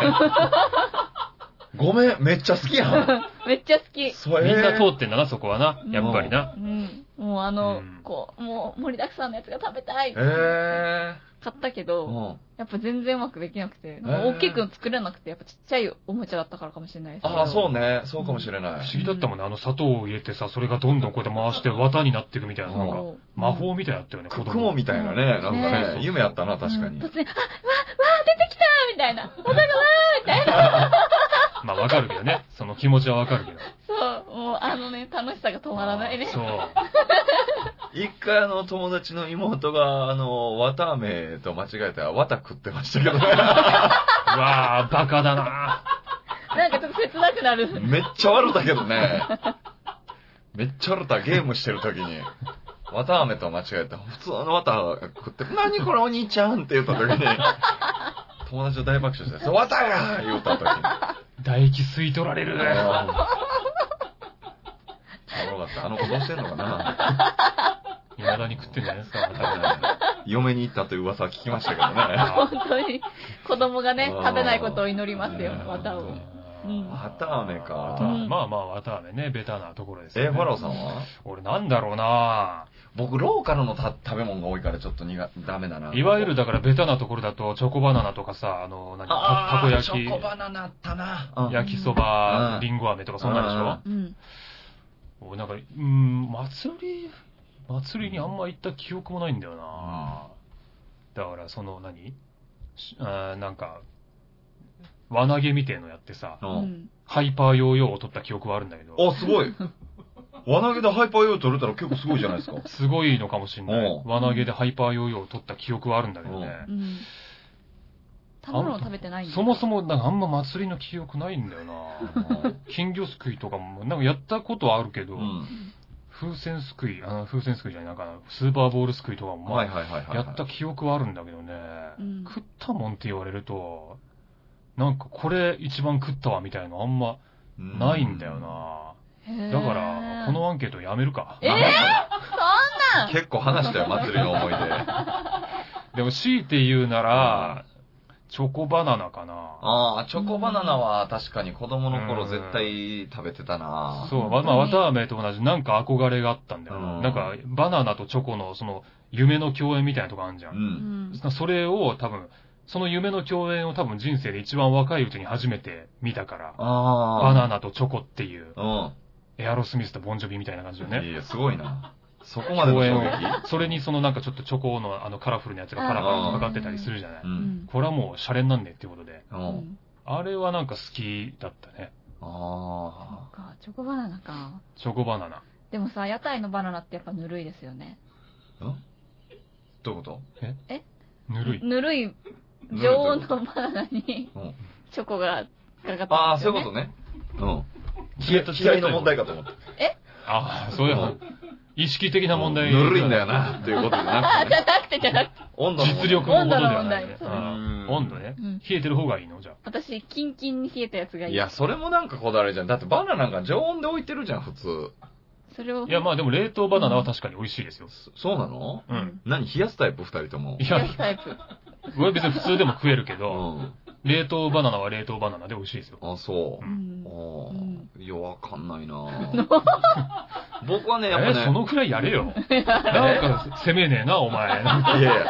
S2: め。ごめん、めっちゃ好きやん。
S3: めっちゃ好き。
S2: そ
S1: みんな通ってんだな、そこはな。やっぱりな。
S3: うん。もうあの、
S1: うん
S3: こう、もう盛りだくさんのやつが食べたい。
S2: え
S3: 買ったけ
S2: ー。
S3: ど、
S2: うん
S3: やっぱ全然うまくできなくて、なんか大きく作れなくて、やっぱちっちゃいおもちゃだったからかもしれないですけど。
S2: ああ、そうね。そうかもしれな
S1: 不
S2: い
S1: 思。議だったもんね。あの砂糖を入れてさ、それがどんどんこうやって回して綿になっていくみたいな、なんか
S3: そう
S1: 魔法みたいだったよね、子
S2: 雲
S1: 供。
S2: みたいなね。なんかね、
S1: ね
S2: 夢やったな、確か
S3: うん
S2: に。
S3: 突然、あ、わ、わ、出てきたみたいな。おだがわみたいな。
S1: まあわかるけど ね。その気持ちはわかるけど。
S3: そう、もうあのね、楽しさが止まらないね。
S1: そう。
S2: 一回あの、友達の妹が、あの、綿飴と間違えて、綿食ってましたけど ね。
S1: うわあ、バカだな
S3: なんかちょっと切なくなる。
S2: めっちゃ悪たけどね。めっちゃ悪た、ゲームしてる時に。綿飴と間違えて、普通の綿食って、何これお兄ちゃんって言った時に、友達と大爆笑して、それ綿や言った時に。
S1: 唾液吸い取られる。
S2: おもろかった。あの子どうしてんのかな
S1: 未だに食ってんじゃないですか、ま
S2: 嫁に行ったという噂は聞きましたけどね。
S1: た
S3: 本当に、子供がね、
S2: あー
S3: 食べないことを祈りますよ、綿を。
S2: う
S3: うん
S2: 綿飴か
S1: 綿飴
S3: うん
S1: まあまあ、綿飴ね、ベタなところですよ
S2: え、
S1: ね。
S2: ファローさんは
S1: 俺なんだろうな
S2: 僕、ローカルのた食べ物が多いからちょっと苦、ダメだな。
S1: いわゆるだからベタなところだと、チョコバナナとかさ、あの、何、たた
S2: あ
S1: こ
S2: ー、
S1: 焼
S2: チョコバ
S1: き、
S2: ナナあったな。うん
S1: 焼きそば
S2: う、ん
S1: リンゴ飴とかそんな
S3: うん。
S1: でしょ俺なんか、うーん、祭り、祭りにあんま行った記憶もないんだよなだから、その何、しあーなんか、輪投げみてえのやってさ、
S3: う
S2: うん
S3: ん。
S1: ハイパーヨーヨーを取った記憶はあるんだけど、
S2: あ、すごい。輪投げでハイパー用取れたら結構すごいじゃない ですか。
S1: すごいのかもしんない
S2: お。
S1: 輪投げでハイパーヨーヨーを取った記憶はあるんだけどね。
S3: うん。食べ物食べてないんだ
S1: そもそも、なんかあんま祭りの記憶ないんだよな金魚すくいとかも、なんかやったことはあるけ
S2: う
S1: ど、
S2: ん。
S1: 風船すくい、あの風船すくいじゃない、なんか、スーパーボールすくいとかも、まあ
S2: はいはいはいはい。
S1: やった記憶はあるんだけどね、
S3: うん
S1: 食ったもんって言われると、なんかこれ一番食ったわみたいのあんま
S2: うん
S1: ないんだよ。な、
S3: へー
S1: だから、こ。のアンケートやめるか。
S3: えーそんなん
S2: 結構話したよ、祭りの思い 出。
S1: でも強いて言うなら、チョコバナナかな。
S2: ああ、チョコバナナは確かに子供の頃絶対食べてたな。
S1: そう、ま
S3: 本
S1: あ
S3: 当
S1: まあ、
S3: に
S1: 綿飴と同じ、なんか憧れがあったんだよ
S2: う
S1: な。
S2: ん
S1: なんか、バナナとチョコの、その、夢の共演みたいなとこあるじゃ。
S2: うん。
S3: うんん。
S1: それを多分、その夢の共演を多分人生で一番若いうちに初めて見たから、
S2: ああ。
S1: バナナとチョコっていう、
S2: ナ。
S1: エアロスミスとボンジョビみたいな感じで
S2: うん。
S1: ね。
S2: いや、すごいな。そこまでの衝撃
S1: それにそのなんかちょっとチョコのあのカラフルなやつがパラパラかかってたりするじゃない。
S2: う。
S3: うんん。
S1: これはもうシャレになんねえっていうことで。
S2: う。
S3: うんん
S1: あれはなんか好きだったね。
S3: そ
S2: あ
S3: っか、チョコバナナか。
S1: チョコバナナ。
S3: でもさ、屋台のバナナってやっぱぬるいですよね。
S2: あ。んどういうこと
S1: ぬるい。
S3: ぬるい、常温のバナナに
S2: うん
S3: チョコがかかって
S2: ああ、
S3: ます
S2: そう
S3: よ
S2: いう
S3: ね
S2: ことね。うん。
S1: 冷えた
S2: 気合の問題かと思った。
S1: ああ、そうや。意識的な問題。
S2: ぬるいんだよ。な、ということでな
S3: あ、
S2: く
S3: じ
S2: て
S3: ゃ
S2: ね。
S3: なくてじゃなくて。
S2: 温度の問題
S1: 実力のことではない、ね
S3: 温。度の
S2: 問題
S1: うん温度ね
S3: うん。
S1: 冷えてる方がいいのじゃあ。
S3: 私、キンキンに冷えたやつがいい。
S2: いや、それもなんかこだわりじゃん。だってバナナなんか常温で置いてるじゃん、普通。
S3: それを。
S1: いや、まあでも冷凍バナナは確かに美味しいですよ。
S2: そそうなの
S1: う
S3: うんん。
S2: 何冷やすタイプ二人とも。
S1: い
S3: 冷
S1: や
S3: や、すタイプ。
S1: 俺別に普通でも食えるけ
S2: う
S1: ど、
S2: ん。
S1: 冷凍バナナは冷凍バナナで美味しいですよ。
S2: あ、そうう。
S3: ん
S2: お
S3: うん
S2: ーいや、わかんないな 僕はね、
S1: え
S2: やっぱ
S1: ー、そ
S2: ね、
S1: のくらいやれ よ。なんか、攻めねえな、お前。
S2: いやいや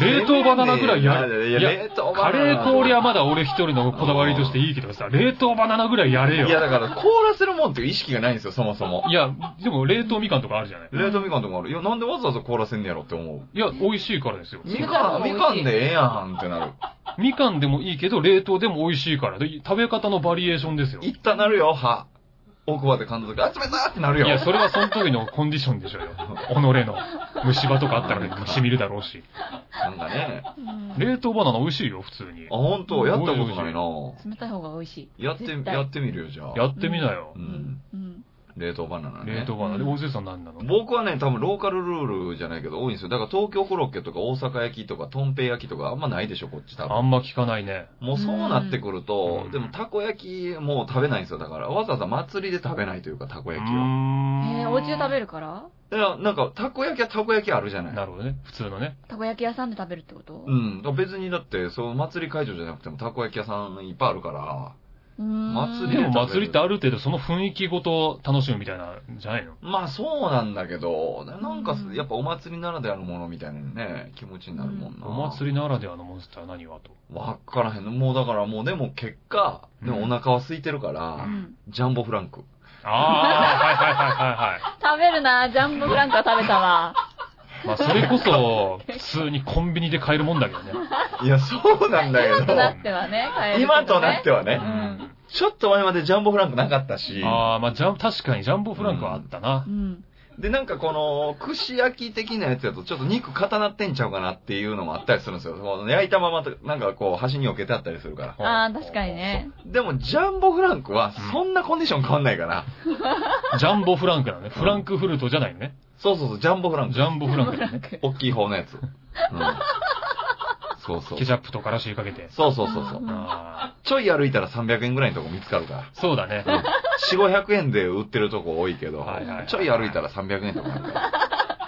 S1: 冷凍バナナぐらいやれ。
S2: れ。いや、冷凍
S1: カ
S2: バナ
S1: レ
S2: ナ。
S1: ー氷はまだ俺一人のこだわりとしていいけどさ、冷凍バナナぐらいやれよ。
S2: いや、だから凍らせるもんっていう意識がないんですよ、そもそも。
S1: いや、でも冷凍みかんとかあるじゃない。
S2: 冷凍みかんとかある。いや、なんでわざわざ凍らせんねやろって思う。
S1: いや、美味しいからですよ。
S2: みかん、みかんでええやんってなる。
S1: みかんでもいいけど、冷凍でも美味しいから。で食べ方のバリエーションですよ。
S2: いったなるよ、歯。奥歯で噛んだ時、あ、冷たーってなる
S1: い
S2: よ。
S1: や、それはその時のコンディションでしょうよ。己の。虫歯とかあったらね、染みるだろうし。
S2: なんかね。あ、
S3: うん
S1: 冷凍バナナ美味しいよ、普通に。
S2: 本当やったことないな
S3: 冷たい方が美味しい。
S2: やって、
S3: 絶対
S2: やってみるよ、じゃあ。
S1: やってみなよ
S2: う。
S3: うん
S2: ん。。
S3: うん
S2: 冷凍バナナね。
S1: 冷凍バナナ。で、大勢さん何なの
S2: 僕はね、多分ローカルルールじゃないけど多いんですよ。だから東京コロッケとか大阪焼きとかとんぺい焼きとかあんまないでしょ、こっち多
S1: あ
S2: 分。
S1: んま聞かないね。
S2: もうそうなってくる
S1: う
S2: と
S1: ん、
S2: でもたこ焼きもう食べないんですよ。だからわざわざ祭りで食べないというか、たこ
S1: うー
S2: 焼きは。
S1: ん
S3: えー、お家で食べるから
S2: いや、なんかたこ焼きはたこ焼きあるじゃない。
S1: なるほどね。普通のね。
S3: たこ焼き屋さんで食べるってこと
S2: うん。だから別にだって、その祭り会場じゃなくてもたこ焼き屋さんいっぱいあるから、
S3: うーん
S2: 祭
S1: で
S2: り
S1: も祭りってある程度その雰囲気ごと楽しむみたいなんじゃないの
S2: まあそうなんだけど、ななんか
S3: うん
S2: やっぱお祭りならではのものみたいなね、気持ちになるもんな。
S1: お祭りならではのモンスター何はと。
S2: わっからへんの。もうだからもうでも結果、でもお腹は空いてるから、
S3: うん
S2: ジャンボフランク。
S1: ああ、はいはいはいはいは
S3: 食べるなジャンボフランクは食べたわ。
S1: い。まあ、それこそ、普通にコンビニで買えるもんだけどね。
S2: いや、そうなんだ
S3: 今
S2: け
S3: とな
S2: ど、
S3: ってはね、買える、
S2: 今となっては
S1: う
S2: ね、
S1: ん。
S2: ちょっと前までジャンボフランクなかったし、
S1: ああ、まあ、ジャン、確かにジャンボフランクはあったな
S3: う。ん。
S2: で、なんかこの、串焼き的なやつだとちょっと肉固なってんちゃうかなっていうのもあったりするんですよ。この焼いたままと、なんかこう、端に避けてあったりするから。
S3: ああ、確かにね。
S2: でも、ジャンボフランクは、そんなコンディション変わんないから。
S1: ジャンボフランクなのね。フランクフルトじゃないのね。
S2: そうそうそう、ジャンボフランク
S1: ジ。ャンボフランクだ
S3: フラン
S1: ね。
S3: ク。
S2: 大きい方のやつ。うん。 そうそう
S1: ケ。チャップとからしかけて。
S2: そうそうそうそう。
S1: ああ、
S2: ちょい歩いたら300円ぐらいのとこ見つかるから。
S1: そうだね。
S2: 4、500円で売ってるとこ多いけど、
S1: はいはいはい
S2: ちょい歩いたら300円とかあるか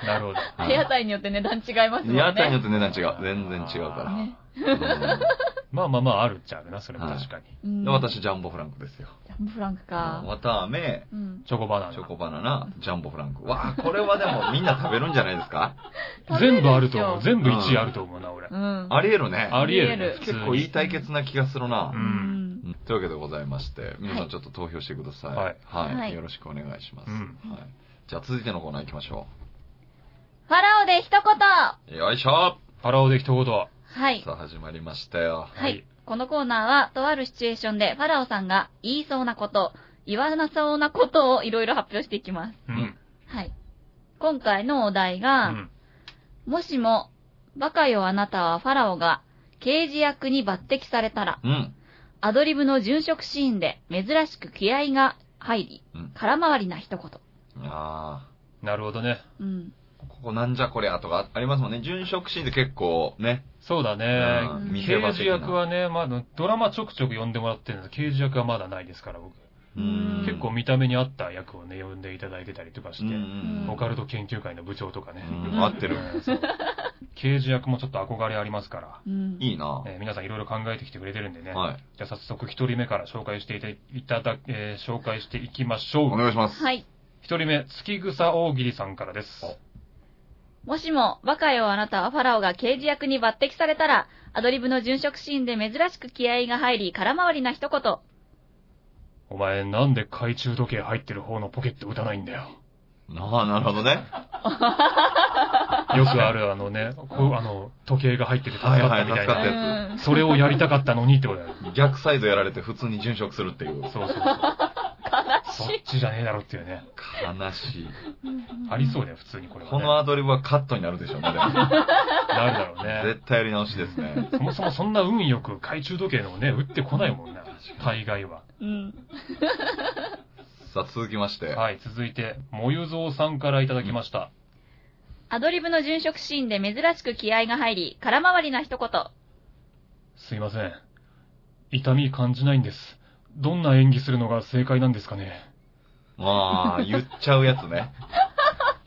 S1: なるほど。
S2: ら。
S3: 手屋台によって値段違いますもんね。
S2: 屋台によって値段違う。全然違うか
S3: ね
S2: ら。
S1: まあまあまあ、あるっちゃあるな、それも確かに。
S3: うん
S2: うん、で私、ジャンボフランクですよ。
S3: ジャンボフランクか。
S2: わたあめ、
S3: うん。
S1: チョコバナ
S2: チョ
S1: ナ。
S2: コバナナ、ジャンボフランク。わあ、これはでもみんな食べるんじゃないです か
S1: 全部あると思う。
S3: 食べるでし
S1: 全部1位あると思うな、俺
S3: ょ。うん。
S2: あり得るね。
S1: ありえる
S3: ありえ
S1: ね
S3: る。
S1: 普通
S2: 結
S1: に
S2: 構いい対決な気がするな。
S1: う
S3: うんん。
S2: うんというわけでございまして、皆さんちょっと投票してください。
S1: はい
S2: はい。
S3: はい
S2: よろしくお願いします。
S1: うん
S2: はい、じゃあ続いてのコーナー行きましょ
S3: ファラオで一言
S2: う。よいしょ
S1: ファラオで一言。は
S3: はい。
S2: さあ始まりましたよ。
S3: はい。このコーナーは、とあるシチュエーションでファラオさんが言いそうなこと、言わなそうなことをいろいろ発表していきます。
S1: うん。
S3: はい。今回のお題
S1: う
S3: が、
S1: ん。
S3: もしも、バカよあなたはファラオが刑事役に抜擢されたら、
S2: うん。
S3: アドリブの殉職シーンで珍しく気合が入り
S2: うん、
S3: 空回りな一言。
S2: あ
S1: なるほどね。
S3: うん。
S2: あ。ここなんじゃこりゃとかありますもんね。殉職シーンって結構ね。
S1: そうだね。
S2: うん見せ
S1: 刑
S2: 場
S1: 事
S2: 的な
S1: 役はね、まだ、ドラマちょくちょく呼んでもらってるんですけど刑事役はまだないですから、僕。
S2: うん
S1: 結構見た目に合った役をね、呼んでいただいてたりとか
S2: う
S1: し
S2: ん
S1: て
S2: う、
S3: うん
S2: ん
S1: オカルト研究会の部長とかね。
S2: うん合ってる
S1: うん そう刑事役もちょっと憧れありますから、
S3: うん。
S2: いいな、
S1: ね皆さんいろいろ考えてきてくれてるんでね。
S2: はい。
S1: じゃあ早速一人目から紹介していたいただ、えー紹介していきましょ
S2: お
S1: う。
S2: 願いします。
S3: はい。
S1: 一人目、月草大喜利さんからです。
S3: もしも、バカよあなたはファラオが刑事役に抜擢されたら、アドリブの殉職シーンで珍しく気合が入り、空回りな一言。
S1: お前なんで懐中時計入ってる方のポケット打たないんだ よ。
S2: ああ、なるほどね。
S1: よくあるあのね、 こう、あの、時計が入ってて助かったみたい
S2: はいはい助かったや
S1: な。
S3: うん
S1: それをやりたかったのにってことだよ。
S2: 逆サイドやられて普通に殉職するっていう。
S1: そうそうそう。 そっちじゃねえだろっていうね。
S2: 悲しい。
S1: ありそうだよ、普通にこれは、ね。
S2: このアドリブはカットになるでしょうね。でも
S1: なるだろうね。
S2: 絶対やり直しです ね。
S1: そもそもそんな運よく懐中時計のね、打ってこないもんな。大概は。
S3: うん。
S2: さあ、続きまして。
S1: はい、続いて、もゆぞうさんからいただきました。
S3: アドリブの殉職シーンで珍しく気合が入り、空回りな一言。
S1: すいません。痛み感じないんです。どんな演技するのが正解なんですかね。
S2: まあ、言っちゃうや つね。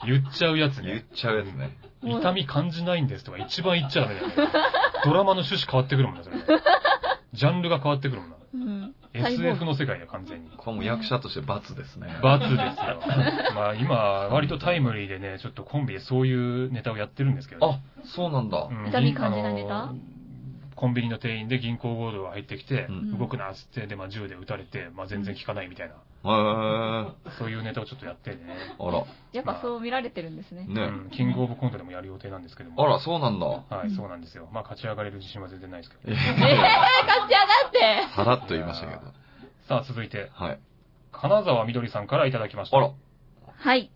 S1: 言っちゃうやつ
S2: 言っ
S1: ね。
S2: ちゃうやつね。
S1: 痛み感じないんですとか一番言っちゃダメだよね。ドラマの趣旨変わってくるもんな、それね。ジャンルが変わってくるもんな。
S3: うん。
S1: SF の世界だよ、完全に。
S2: これも役者として罰ですね。
S1: バ ツですよ。まあ今、割とタイムリーでね、ちょっとコンビでそういうネタをやってるんですけどね、
S2: あ、そうなんだ。
S1: うん
S3: 痛み感じないネタ
S1: あのコンビニの店員で銀行強盗が入ってきて、
S2: うん
S1: 動くなっつって、で、まあ銃で撃たれて、まあ全然効かないみたいな、
S2: へえ。あ
S1: そういうネタをちょっとやってね、
S2: ら、
S3: やっぱそう見られてるんですね。
S1: う
S2: ね。
S1: んキングオブコントでもやる予定なんですけども。
S2: あら、そうなんだ。
S1: はい、そうなんですよ。まあ勝ち上がれる自信は全然ないですけど。
S3: ええー、勝ち上がって
S2: さらっと言いましたけど。
S1: さあ続いて、
S2: はい。
S1: 金沢みどりさんからいただきました。
S2: あら。
S3: はい。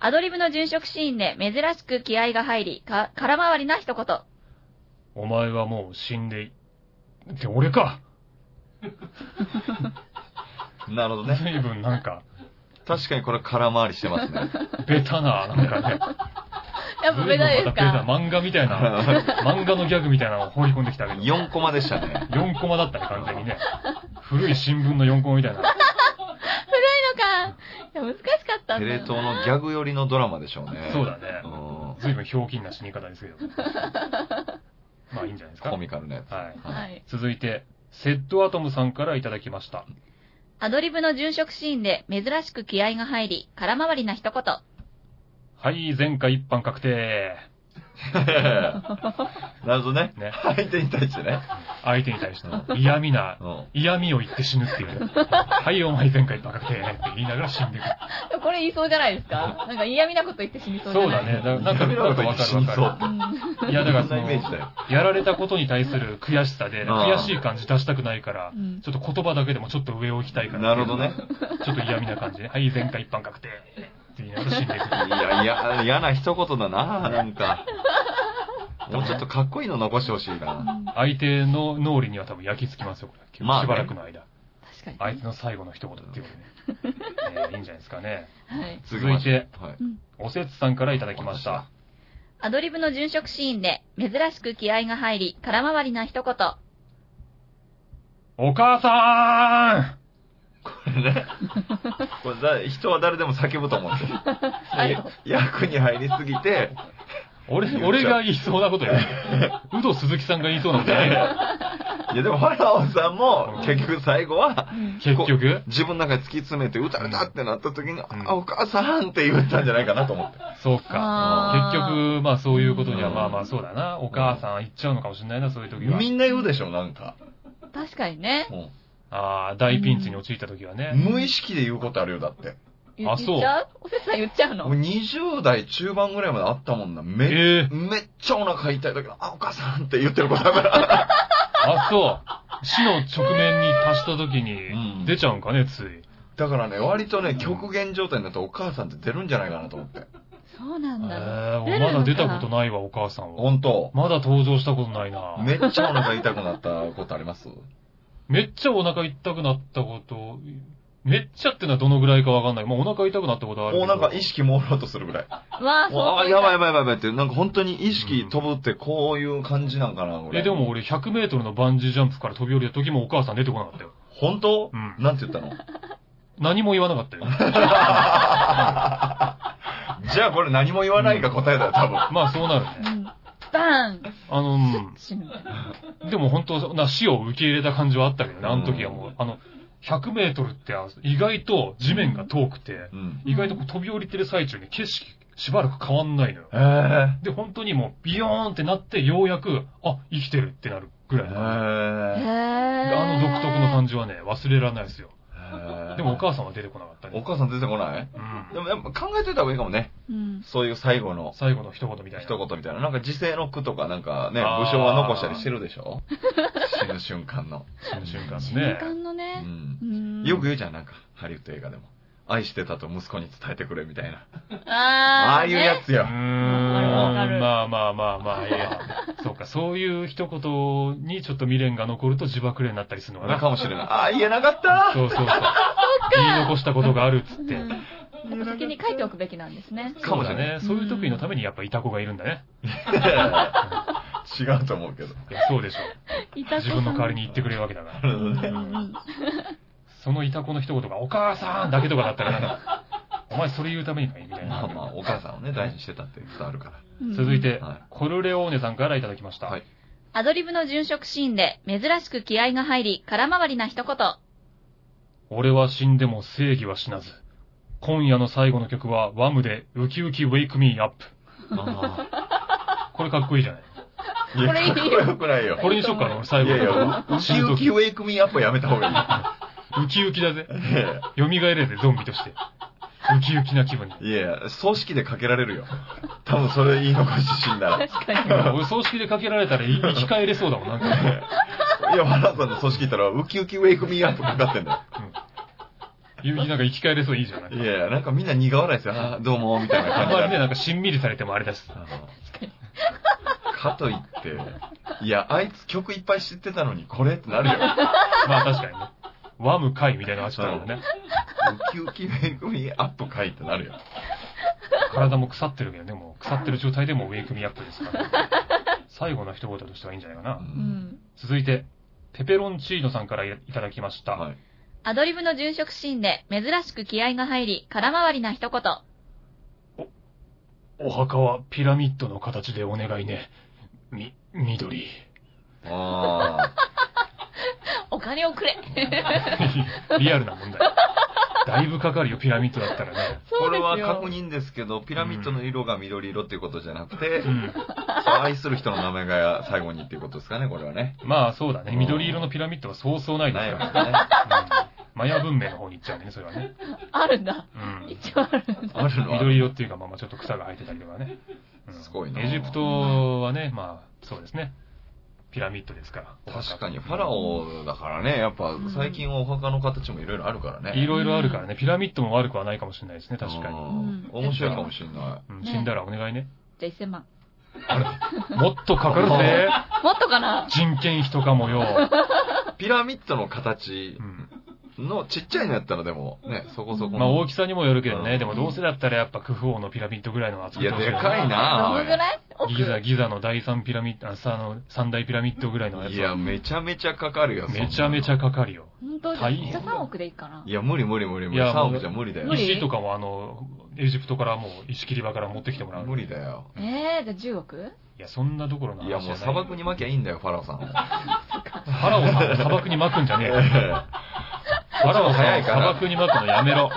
S3: アドリブの殉職シーンで珍しく気合が入り、か空回りな一言。
S1: お前はもう死んでい、って俺か。
S2: なるほどね。
S1: 随分なんか、
S2: 確かにこれ空回りしてま すね。
S1: ベタな、なんか ね。
S3: やっぱベタです
S1: 随分またベタ
S3: か
S1: 漫画みたいな、 漫画のギャグみたいなのを放り込んできたけど。
S2: 4コマでしたね。
S1: 4コマだったね、完全にね。古い新聞の4コマみたいな。
S3: 古いのか。いや、難しかったん
S2: テレ
S3: だよな。
S2: 東のギャグ寄りのドラマでしょうね。
S1: そうだね
S2: う。ん。
S1: 随分ひょうきんな死に方ですけど。まあいいんじゃないですか。
S2: コ
S1: は
S2: ミカルなやつ。
S1: い。
S3: は
S2: はい
S3: い。
S1: 続いて、セットアトムさんからいただきました。
S3: アドリブの殉職シーンで珍しく気合が入り、空回りな一言。
S1: はい、前回一般確定。
S2: なるほどね。
S1: ね。
S2: 相手に対してね。
S1: 相手に対しての嫌味な、
S2: うん。
S1: 嫌味を言って死ぬっていうね。はい、お前前回一般確定ねって言いながら死んでいく。
S3: これ言いそうじゃないですかなんか嫌味なこと言って死にそうじゃ
S1: そう
S3: な
S1: だ
S3: い
S1: ね。だなんか、
S2: 嫌味な
S1: な
S2: こ
S1: ん
S2: と
S1: か
S2: 言っ
S1: わ
S2: て
S1: か
S2: 死
S1: る
S2: に
S1: わ
S2: そう
S1: かる。いや、だからそ
S2: そんなイメージだ
S1: の、
S2: よ。
S1: やられたことに対する悔しさで、
S2: ああ
S1: 悔しい感じ出したくないから、
S3: うん。うん
S1: ちょっと言葉だけでもちょっと上を行きたいから。
S2: なるほどね。
S1: ちょっと嫌味な感じね。はい、前回一般確定。って言いながら死んでいく。
S2: いや、いや、嫌な一言だな、なんか。もうちょっとかっこいいの残してほしいな。
S1: 相手の脳裏には多分焼き付きますよ、これ。
S2: まあね
S1: しばらくの間。
S3: 確か
S1: 相手の最後の一言っていう ことね。えーいいんじゃないですかね。
S3: に。はい。
S1: 続いて、
S2: はい。
S1: おせつさんからいただきました。
S3: アドリブの殉職シーンで珍しく気合が入り、空回りな一言。
S1: お母さ
S2: これね。これだ人は誰でも叫ぶと思うんですよ
S3: 最後。
S2: 役に入りすぎて、
S1: ーん俺、俺が言いそうなこと や。うど鈴木さんが言いそうなことや。
S2: いやでもファラオさんも結局最後は、
S1: 結局
S2: 自分の中で突き詰めて撃たれたってなった時に、
S1: ん
S2: あ、お母さんって言ったんじゃないかなと思って。
S1: そうか。結
S3: あ
S1: 局、まあそういうことには
S2: うん
S1: まあまあそうだな。お母さん言っちゃうのかもしれないな、そういう時は
S2: み。んな言うでしょ、なんか。
S3: ー。確かにね。
S2: も
S1: ああ、大ピンチに陥った時は
S2: う
S1: ね。
S2: 無意識で言うことあるよ、だって。
S3: 言
S1: あ
S3: っ
S1: そう
S3: ちゃうおせつさん言っちゃうの
S2: 俺20代中盤ぐらいまであったもんな。めっ
S1: ええ
S2: めっちゃお腹痛いだけど、あ、お母さんって言ってることだ から。
S1: あ、そう。死の直面に達した時
S2: う
S1: に
S2: ん
S1: 出ちゃうんかね、つい。
S2: だからね、割とね、極限状態になったらお母さんって出るんじゃないかなと思って。
S3: そうな
S1: え
S3: んだ。
S1: ー、俺まだ出たことないわ、お母さんは。
S2: 本当
S1: まだ登場したことないな。
S2: めっちゃお腹痛くなったことあります
S1: めっちゃお腹痛くなったこと、めっちゃってのはどのぐらいかわかんない。まあお腹痛くなったことはあるけ
S2: もう
S1: ど。
S2: なんか意識朦朧とする ぐらい。
S3: わあ、そう
S2: もうあ、やばいや
S3: ば
S2: ばいやばいやばいって、なんか本当に意識飛ぶってこういう感じなんかな、これ。
S1: え、でも俺100メートルのバンジージャンプから飛び降りた時もお母さん出てこなかったよ。
S2: 本当、
S1: うん
S2: なんて言ったの
S1: 何も言わなかったよ。
S2: じゃあこれ何も言わないが答えだよ、多分。
S1: まあそうなるね。
S3: い。うんバーン
S1: あの、うん
S3: 死ぬ。
S1: でも本当、な死を受け入れた感じはあったけどね、あの時はも
S2: う。
S1: うんあの、100メートルってあ意外と地面が遠くて
S2: う、ん。
S1: 意外とこう飛び降りてる最中に景色しばらく変わんないのよ。
S2: ええ
S1: で、本当にもうビヨーンってなって、ようやく、あ、生きてるってなるぐ
S2: え
S1: らいの。あ
S3: へ
S2: え
S1: の
S3: の
S1: 独特の感じはね、忘れられないですよ。
S2: え
S1: でもお母さんは出てこなかった
S2: お
S1: ね。
S2: 母さん出てこない
S1: うん
S2: でもやっぱ考えといた方がいいかもね。
S3: うん。
S2: そういう最後の
S1: 最後の一言みたいな。
S2: 一言みたいな。なんか時世の句とかなんかね、
S1: あー
S2: 武将は残したりしてるでしょ死ぬ瞬間の。
S1: 死ぬ瞬間
S3: 瞬
S1: ね。
S3: 間の
S2: う
S3: ね。
S2: ん
S3: う。ん
S2: よく言うじゃん、なんか、ハリウッド映画でも。愛してたと息子に伝えてくれみたいな。あ
S3: あ
S2: あいうや
S3: つ。
S2: つ
S1: うー
S2: よ。
S1: ん
S3: わかる
S1: まあまあまあまあ、い や。そうか、そういう一言にちょっと未練が残ると自爆霊になったりするのか
S2: な
S1: な。
S2: かもしれない。ああ、言えなかった
S1: そうそうそう。言い残したことがあるっつって。
S3: うん先に書いておくべきなんですね。
S2: かもしれない
S1: そうだね。そういう時のためにやっぱいた子がいるんだね。
S2: 違うと思うけど。
S1: いや、そうでしょ
S3: 自
S1: う。自分の代わりに言ってくれるわけだから。
S2: なるほどね。
S1: そのいた子の一言が、お母さんだけとかだったらなん か、お前それ言うためにかいみたい
S2: まあ
S1: な。
S2: まあ、お母さんをね、大事にしてたって伝わるか
S1: 続い。て
S2: はい、
S1: コルレオーネさんからいただきました。
S2: ら。はい。
S3: アドリブの殉職シーンで珍しく気合が入り、空回りな一言。
S1: 俺は死んでも正義は死なず。今夜の最後の曲は、ワムで、ウキウキウェイクミーアップ。
S2: あ
S1: これかっこいいじゃない
S2: あ。いや、
S3: これいい
S2: か
S3: よ
S2: っこよくないよ。
S1: これにしようかな、俺最
S2: い
S1: 後
S2: やい
S1: の
S2: や、ウキウキウェイクミーアップやめた方がいい。
S1: ウキウキだぜ。
S2: いやいや
S1: 蘇れでゾンビとして。ウキウキな気分に。
S2: いやいや、葬式でかけられるよ。多分それ言い残して死んだら。い
S3: 確かに。
S1: 俺、葬式でかけられたらい生き返れそうだもん、なんか、
S2: や、ワラさんの葬式行ったら、ウキウキウェイクミーアップかかってんだよ。
S1: ゆうきなんか生き返れそういいじゃない
S2: いやいや、なんかみんな苦笑いですよ。あーどうも、みたいな
S1: あ
S2: 感
S1: ん
S2: じ
S1: ま
S2: で
S1: りね、なんかしんみりされてもあれだしさ。
S2: あのかといって、いや、あいつ曲いっぱい知ってたのにこれってなるよ。
S1: まあ確かにね。ワム会みたいなのがちょっとあるもんね。
S2: ウキウキめぐみアップかいってなるよ。
S1: 体も腐ってるけどね、もう腐ってる状態でもウェイクミーアップですから。最後の一言としてはいいんじゃないか
S2: う
S1: な。
S3: うんん。
S1: 続いて、ペペロンチーノさんからいただきました。
S2: はい。
S3: アドリブの殉職シーンで珍しく気合が入り、空回りな一言。
S1: お墓はピラミッドの形でお願いね。み、緑。
S2: あ
S3: お金を くれ。
S1: リアルな問題。だいぶかかるよ、ピラミッドだったらね。
S2: ーこ
S3: そうで
S2: れ
S3: す
S2: は
S3: よ
S2: 確。認ですけど、ピラミッドの色が緑色っていうことじゃなくて
S1: う、ん。
S2: 愛する人の名前が最後にっていうことですかね、これはね。
S1: まあそうだね。緑色のピラミッドはそうそうないです
S2: ない
S1: か
S2: よ
S1: ら。
S2: ね。
S1: うんマヤ文明の方に行っちゃうね、それはね。
S3: あるんだ。
S1: うん。
S3: 一応ある。
S2: あるのは
S1: 緑色っていうか、まあまあちょっと草が生えてたりとかね。うん
S2: すごいな
S1: エジプトはね、まあそうですね。ピラミッドですから。
S2: 確かに、ファラ。オだからね、やっぱ最近はお墓の形もいろいろあるから
S1: い
S2: ね。
S1: ろいろあるからね、ピラミッドも悪くはないかもしれないですね、確かに。
S2: うん面白いかもしれな
S1: うん、
S3: ね
S1: 死んだらお願いね。
S3: じゃあ1000万。
S1: もっとかかるぜ。
S3: もっとかな
S1: 人件費とかもよ。
S2: い。ピラミッドの形
S1: うん
S2: のちっちゃいのやったらでも、ね、そこそこの。
S1: まあ大きさにもよるけど
S2: う
S1: ね。
S2: ん
S1: でもどうせだったらやっぱクフ王のピラミッドぐらいの厚
S2: いや、でかい
S3: ど
S2: な
S3: のぐらい奥
S1: ギザ、ギザの第三ピラミッド、あ、さあの、三大ピラミッドぐらいの
S2: お
S1: や
S2: い
S1: つ
S2: い
S1: は
S2: や、めちゃめちゃかかるよ、そんな
S1: めちゃめちゃかかるよ。
S3: 本当じゃ、
S1: 大
S3: じ
S1: 変
S3: ゃあ3億でいいかない
S2: や、無理無理無理
S1: い
S2: 無理。
S1: や
S2: 3
S1: もう
S2: 億じゃ無理だよ
S3: 無。理
S1: 石とかもあの、エジプトからもう石切り場から持ってきてもらう。
S2: 無理だよ。
S3: ええ、じゃあ10億
S1: いや、そんなどころの話
S2: い
S1: じゃ
S2: や、
S1: ない。
S2: もう砂漠に負けゃいいんだよ、ファラオさんは。
S1: ファラオさんを砂漠に巻くんじゃねえよ。ファラオさんを砂漠に巻くのやめろ。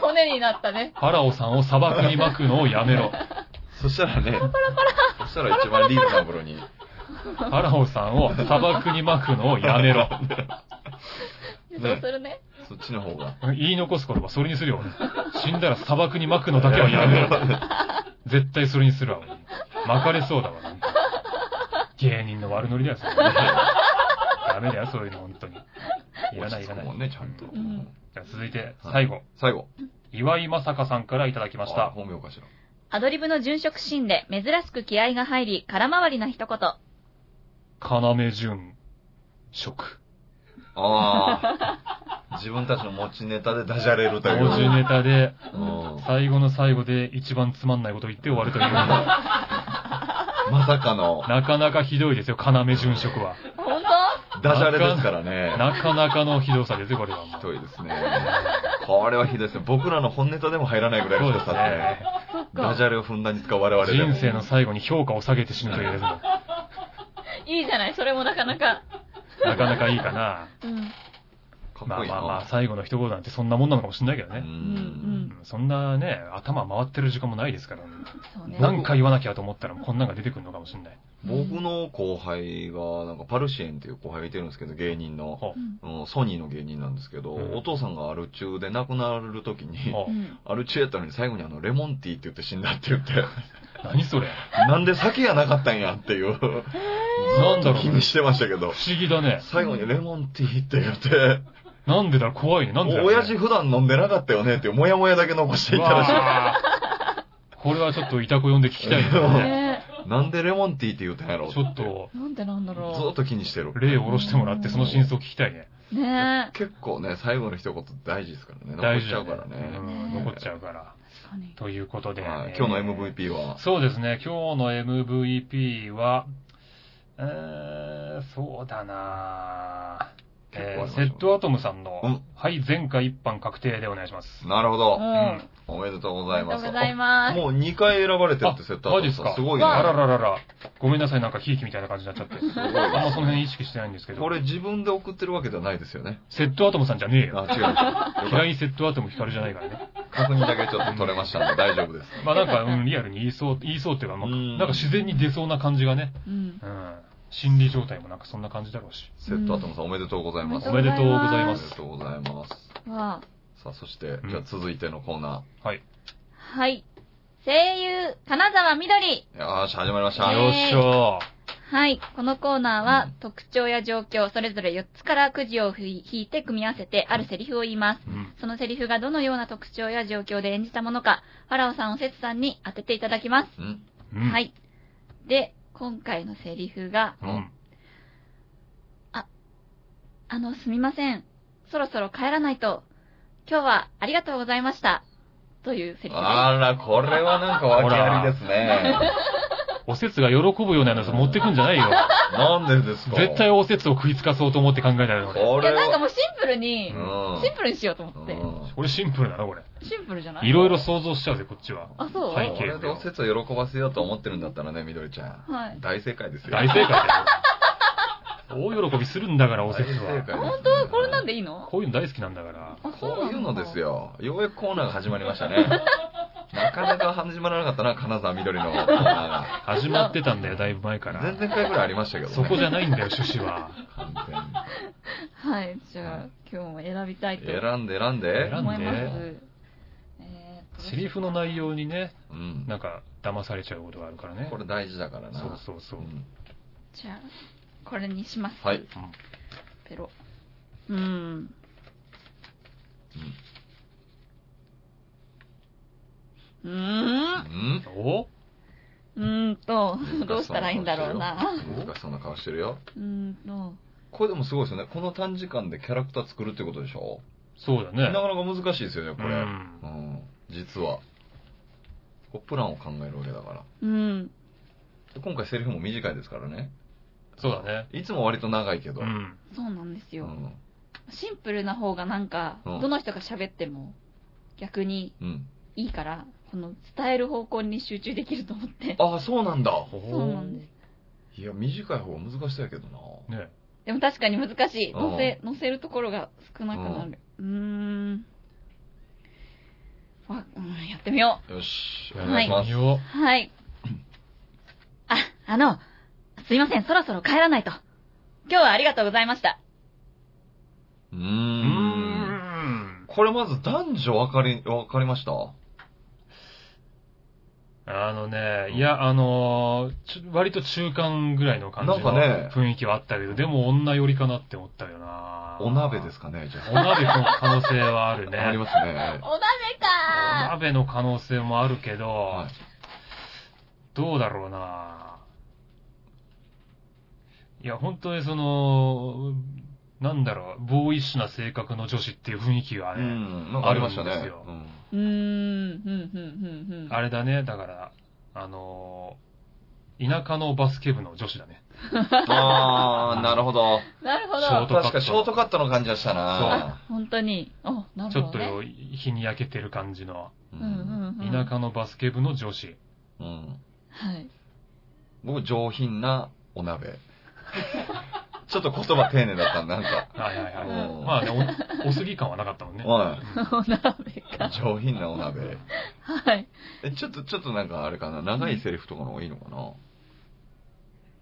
S3: 骨になったね。
S1: ファラオさんを砂漠に巻くのをやめろ。
S2: そしたらね、そしたら一番リーズナブルに。
S1: ファラオさんを砂漠に巻くのをやめろ。
S3: そうするね。
S2: そっちの方が。
S1: 言い残す言葉、それにするよ。俺死んだら砂漠に巻くのだけはやめろ。絶対それにするわ。俺巻かれそうだわ、なんか。芸人の悪ノリだよ、それ。ダメだよ、そういうの、本当に。いらない、い
S2: 落ち
S1: らな
S2: 着く
S1: い
S2: もん。ね、ちゃんと。
S1: う
S3: うん
S1: じゃあ続いて、最後。
S2: 最後。
S1: 岩井正香さんからいただきまし
S2: あ
S1: た。
S2: 本名かしら。
S3: アドリブの殉職シーンで珍しく気合が入り、空回りな一言。
S1: 要潤、食。
S2: ああ。自分たちの持ちネタでダジャレるという。
S1: 文字ネタで、
S2: うん
S1: 最後の最後で一番つまんないこと言って終わるという。な
S2: まさかの、
S1: かなかひどいですよ、要潤食は。
S3: 本
S2: ダジャレですからね。
S1: なかなかのひどさですよ、これはも
S2: ひ
S1: う。
S2: どいですね。これはひどいですね。僕らの本ネタでも入らないぐらい
S1: そ
S2: の
S1: う
S2: 人
S1: です
S2: さ
S1: ね
S2: ね。。
S3: 当そっ
S2: ダジ
S3: か。
S2: ャレをふんだんに使う我々でも
S1: 人生の最後に評価を下げて死ぬというですね
S3: いいじゃない、それもなかなか。
S1: なかなかいいかな。
S3: うん。
S2: かっ
S1: まあ
S2: こいいな。
S1: まあまあ、最後の一言なんてそんなもんなのかもしれないけど
S2: う
S1: ね。
S2: ん。
S1: うんそんなね、頭回ってる時間もないですから。
S3: そうね。
S1: 何か言わなきゃと思ったらこんなんが出てくるのかもしれない。
S2: 僕の後輩が、なんかパルシエンっていう後輩がいてるんですけど、芸人の。
S1: ほ
S3: うん
S2: うんソニーの芸人なんですけど、
S1: うん
S2: お父さんがアル中で亡くなる時
S1: う
S2: に、
S1: ほ
S3: う。
S1: うん
S2: アル中やったのに最後にあの、レモンティーって言って死んだっ て言って、
S1: 何それ
S2: なんで酒やなかったんやっていう、ず
S1: なん
S2: っ
S1: だ
S2: と
S1: ろう
S2: 気
S1: ね
S2: にしてましたけど、
S1: 不思議だね。
S2: 最後にレモンティーって言って、
S1: なんでだろう怖いね。なんでだろうね
S2: 親父普段飲んでなかったよねっていう、もやもやだけ残していたらしい。
S1: わあこれはちょっといた子呼んで聞きたいですね。
S3: ね
S2: なんでレモンティーって言ったんやろう
S1: ちょっと、
S3: え。なんでなんだ
S2: ず
S3: ろ
S2: っと気にしてる。
S1: 例を下ろしてもらってその真相を聞きたいね。
S3: う。ねえ。
S2: 結構ね、最後の一言大事ですからね。残
S1: 大
S2: っ
S1: 事
S2: ちゃ
S1: だ
S2: う
S1: ね
S2: からね。
S1: うん残っちゃうから。
S3: 確かに。
S1: ということで。
S2: はい今日の MVP は、
S1: そうですね、今日の MVP は、えー、そうだなぁえーセ
S2: 結構ありましたね
S1: ットアトムさんの、
S2: うん
S1: はい、前回一般確定でお願いします。
S2: なるほど
S3: う。ん。
S2: おめでとうご
S3: あ
S2: ざい
S3: りが
S2: ま
S3: と
S2: す。
S3: うございます。
S2: もう2回選ばれてるってセットア
S1: マ
S2: ッ
S1: ジ
S2: プ
S1: ですか
S2: すごいね。
S1: あらららら。ごめんなさい、なんかひいきみたいな感じになっちゃ って。
S2: すごい
S1: あんまその
S2: わ
S1: 辺意識してないんですけど。
S2: これ自分で送ってるわけではないですよね。
S1: セットアトムさんじゃねえよ。
S2: あ、違う。よか
S1: 平
S2: っ
S1: 井セットアトム光じゃないからね。
S2: た確認だけちょっと取れましたんで大丈夫です。
S1: まあなんか、うん、リアルに言いそう、言いそうっていうか、まあ
S2: うん
S1: なんか自然に出そうな感じがね。
S3: うん。
S1: うん。心理状態もなんかそんな感じだろうし。
S2: セットアトムさんおめでとうございます。
S1: おめでとうございま
S2: おめ
S1: す
S2: で。とうございます。
S3: わあ
S2: さあ、そして
S1: う、ん
S2: じゃあ続いてのコーナ
S1: はい。
S3: はい。声優、金沢みどり。
S2: ー。よーし、始まりまし
S1: よ
S2: た。
S3: えー
S1: っしゃー。
S3: はい。このコーナーは、
S2: うん
S3: 特徴や状況、それぞれ4つからくじを引いて組み合わせて、あるセリフを言います。
S1: うん。
S3: そのセリフがどのような特徴や状況で演じたものか、ファラオさん、おせつさんに当てていただきます。
S2: うん。
S1: うん。
S3: はい。で、今回のセリフが、
S1: うん。
S3: あの、すみません。そろそろ帰らないと。今日はありがとうございました。というセリフです。
S2: あら、これはなんか訳ありですね。
S1: おせつが喜ぶようなやつ持ってくんじゃないよ。
S2: なんでですか
S1: 絶対おせつを食いつかそうと思って考えたよ、俺。
S2: こ
S3: いや、
S2: れ
S3: なんか
S2: は。
S3: もうシンプルに、
S2: うん
S3: シンプルにしようと思って。
S2: うん
S1: 俺シンプルだな、これ。
S3: シンプルじゃない
S1: いろいろ想像しちゃうぜ、こっちは。
S3: あ、そう、
S1: は
S3: はい
S1: い、
S2: これでおせつを喜ばせようと思ってるんだったらね、みどりちゃん。大正解ですよ。
S1: 大正解だ よ。大喜びするんだから、おせつ
S2: 大正
S1: は。
S2: 解
S3: 本当これなんでいいの
S1: こういうの大好きなんだから。
S3: あそ
S2: こういうのです
S3: よ。
S2: よ。ようやくコーナーが始まりましたね。なかなか始まらなかったな、金沢みどりのコーナ
S1: 始まってたんだよ、だいぶ前か
S2: ー。前
S1: ら。
S2: 々回ぐらいありましたけどね。
S1: そこじゃないん だよ、趣旨は。
S2: 完全
S3: はい、じゃあ、今日も選びたいと
S2: に選んで選んで。
S1: 選
S3: 思います
S1: 選ん。
S3: えーと
S1: セリフの内容にね、
S2: うん。
S1: なんか、騙されちゃうことがあるからね
S2: こ。れ大事だからな。
S1: そうそうそう
S2: う。ん
S3: じゃあ、これにします。
S2: はい。うん
S1: うん
S3: ペロ。うーん。うー
S2: う
S3: ん。
S2: ん。
S1: お
S3: うーんと、 どうしたらいいんだろうな。
S2: 難しそうな顔してるよ。
S3: うーんと、
S2: これでもすごいですよね。この短時間でキャラクター作るってことでしょ
S1: そうだ
S2: な
S1: ね。
S2: かなか難しいですよね、これ。
S1: う
S2: うんん。実は。こうプランを考えるわけだから。
S3: うん。
S2: で今回セリフも短いですからね。
S1: そうだね。
S2: いつも割と長いけど。
S1: うん。
S3: そうなんです
S2: う
S3: よ。
S2: ん。
S3: シンプルな方がなんか、
S2: うん
S3: どの人が喋っても逆に
S2: うん。
S3: いいから、この伝える方向に集中できると思って。
S2: ああ、そうなんだ。
S3: そうなんです。
S2: いや、短い方が難しそうやけどな。
S1: ね
S3: でも確かに難しい。
S2: うん
S3: 乗せ、乗せるところが少なくなる。うーん。わ、うん、やってみよ
S2: よし、お
S1: や
S2: 願いします。
S1: よう
S3: う。はい。あ、あの、すいません、そろそろ帰らないと。今日はありがとうございました。
S2: うー。
S1: うんん。
S2: これまず男女分かり、分かりました
S1: あのね、いや、あのーちょ割と中間ぐらいの感じの
S2: なんかね
S1: 雰囲気はあったけど、でも女寄りかなって思ったよな
S2: お鍋ですかね、じゃ
S1: お鍋の可能性はあるね。
S2: あ。ありますね。
S3: お鍋
S1: お
S3: か
S1: 鍋の可能性もあるけど、
S2: はい。
S1: どうだろうないや、本当にその、なんだろう、ボーイッシュな性格の女子っていう雰囲気が
S2: う
S1: ね、
S2: ん、なんかありましたね。
S1: あるんですよ
S2: うん
S3: うーん、ふんふんふんふん。
S1: あれだね、だから、あのー田舎のバスケ部の女子だね。
S2: あー、なるほど。
S3: なるほ
S1: ショー
S3: ど
S1: ト。カット
S2: 確かショートカットの感じはしたな
S3: あ。本当に。あ、な
S1: ち
S3: る
S1: ょ
S3: ほ
S1: っ
S3: ど、
S1: と
S3: ね。
S1: よ日に焼けてる感じの、
S2: う
S3: うんうんうん。
S1: 田舎のバスケ部の女子。
S2: うん
S3: はい。
S2: 僕、上品なお鍋。ちょっと言葉丁寧だったんで、なんか。
S1: はいはいはい。
S2: うん
S1: まあね、お、お すぎ感はなかったもんね。
S2: は
S3: お鍋か。
S2: い。上品なお鍋。
S3: はい。
S2: え、ちょっと、ちょっとなんかあれかな、長いセリフとかの方がいいのかな、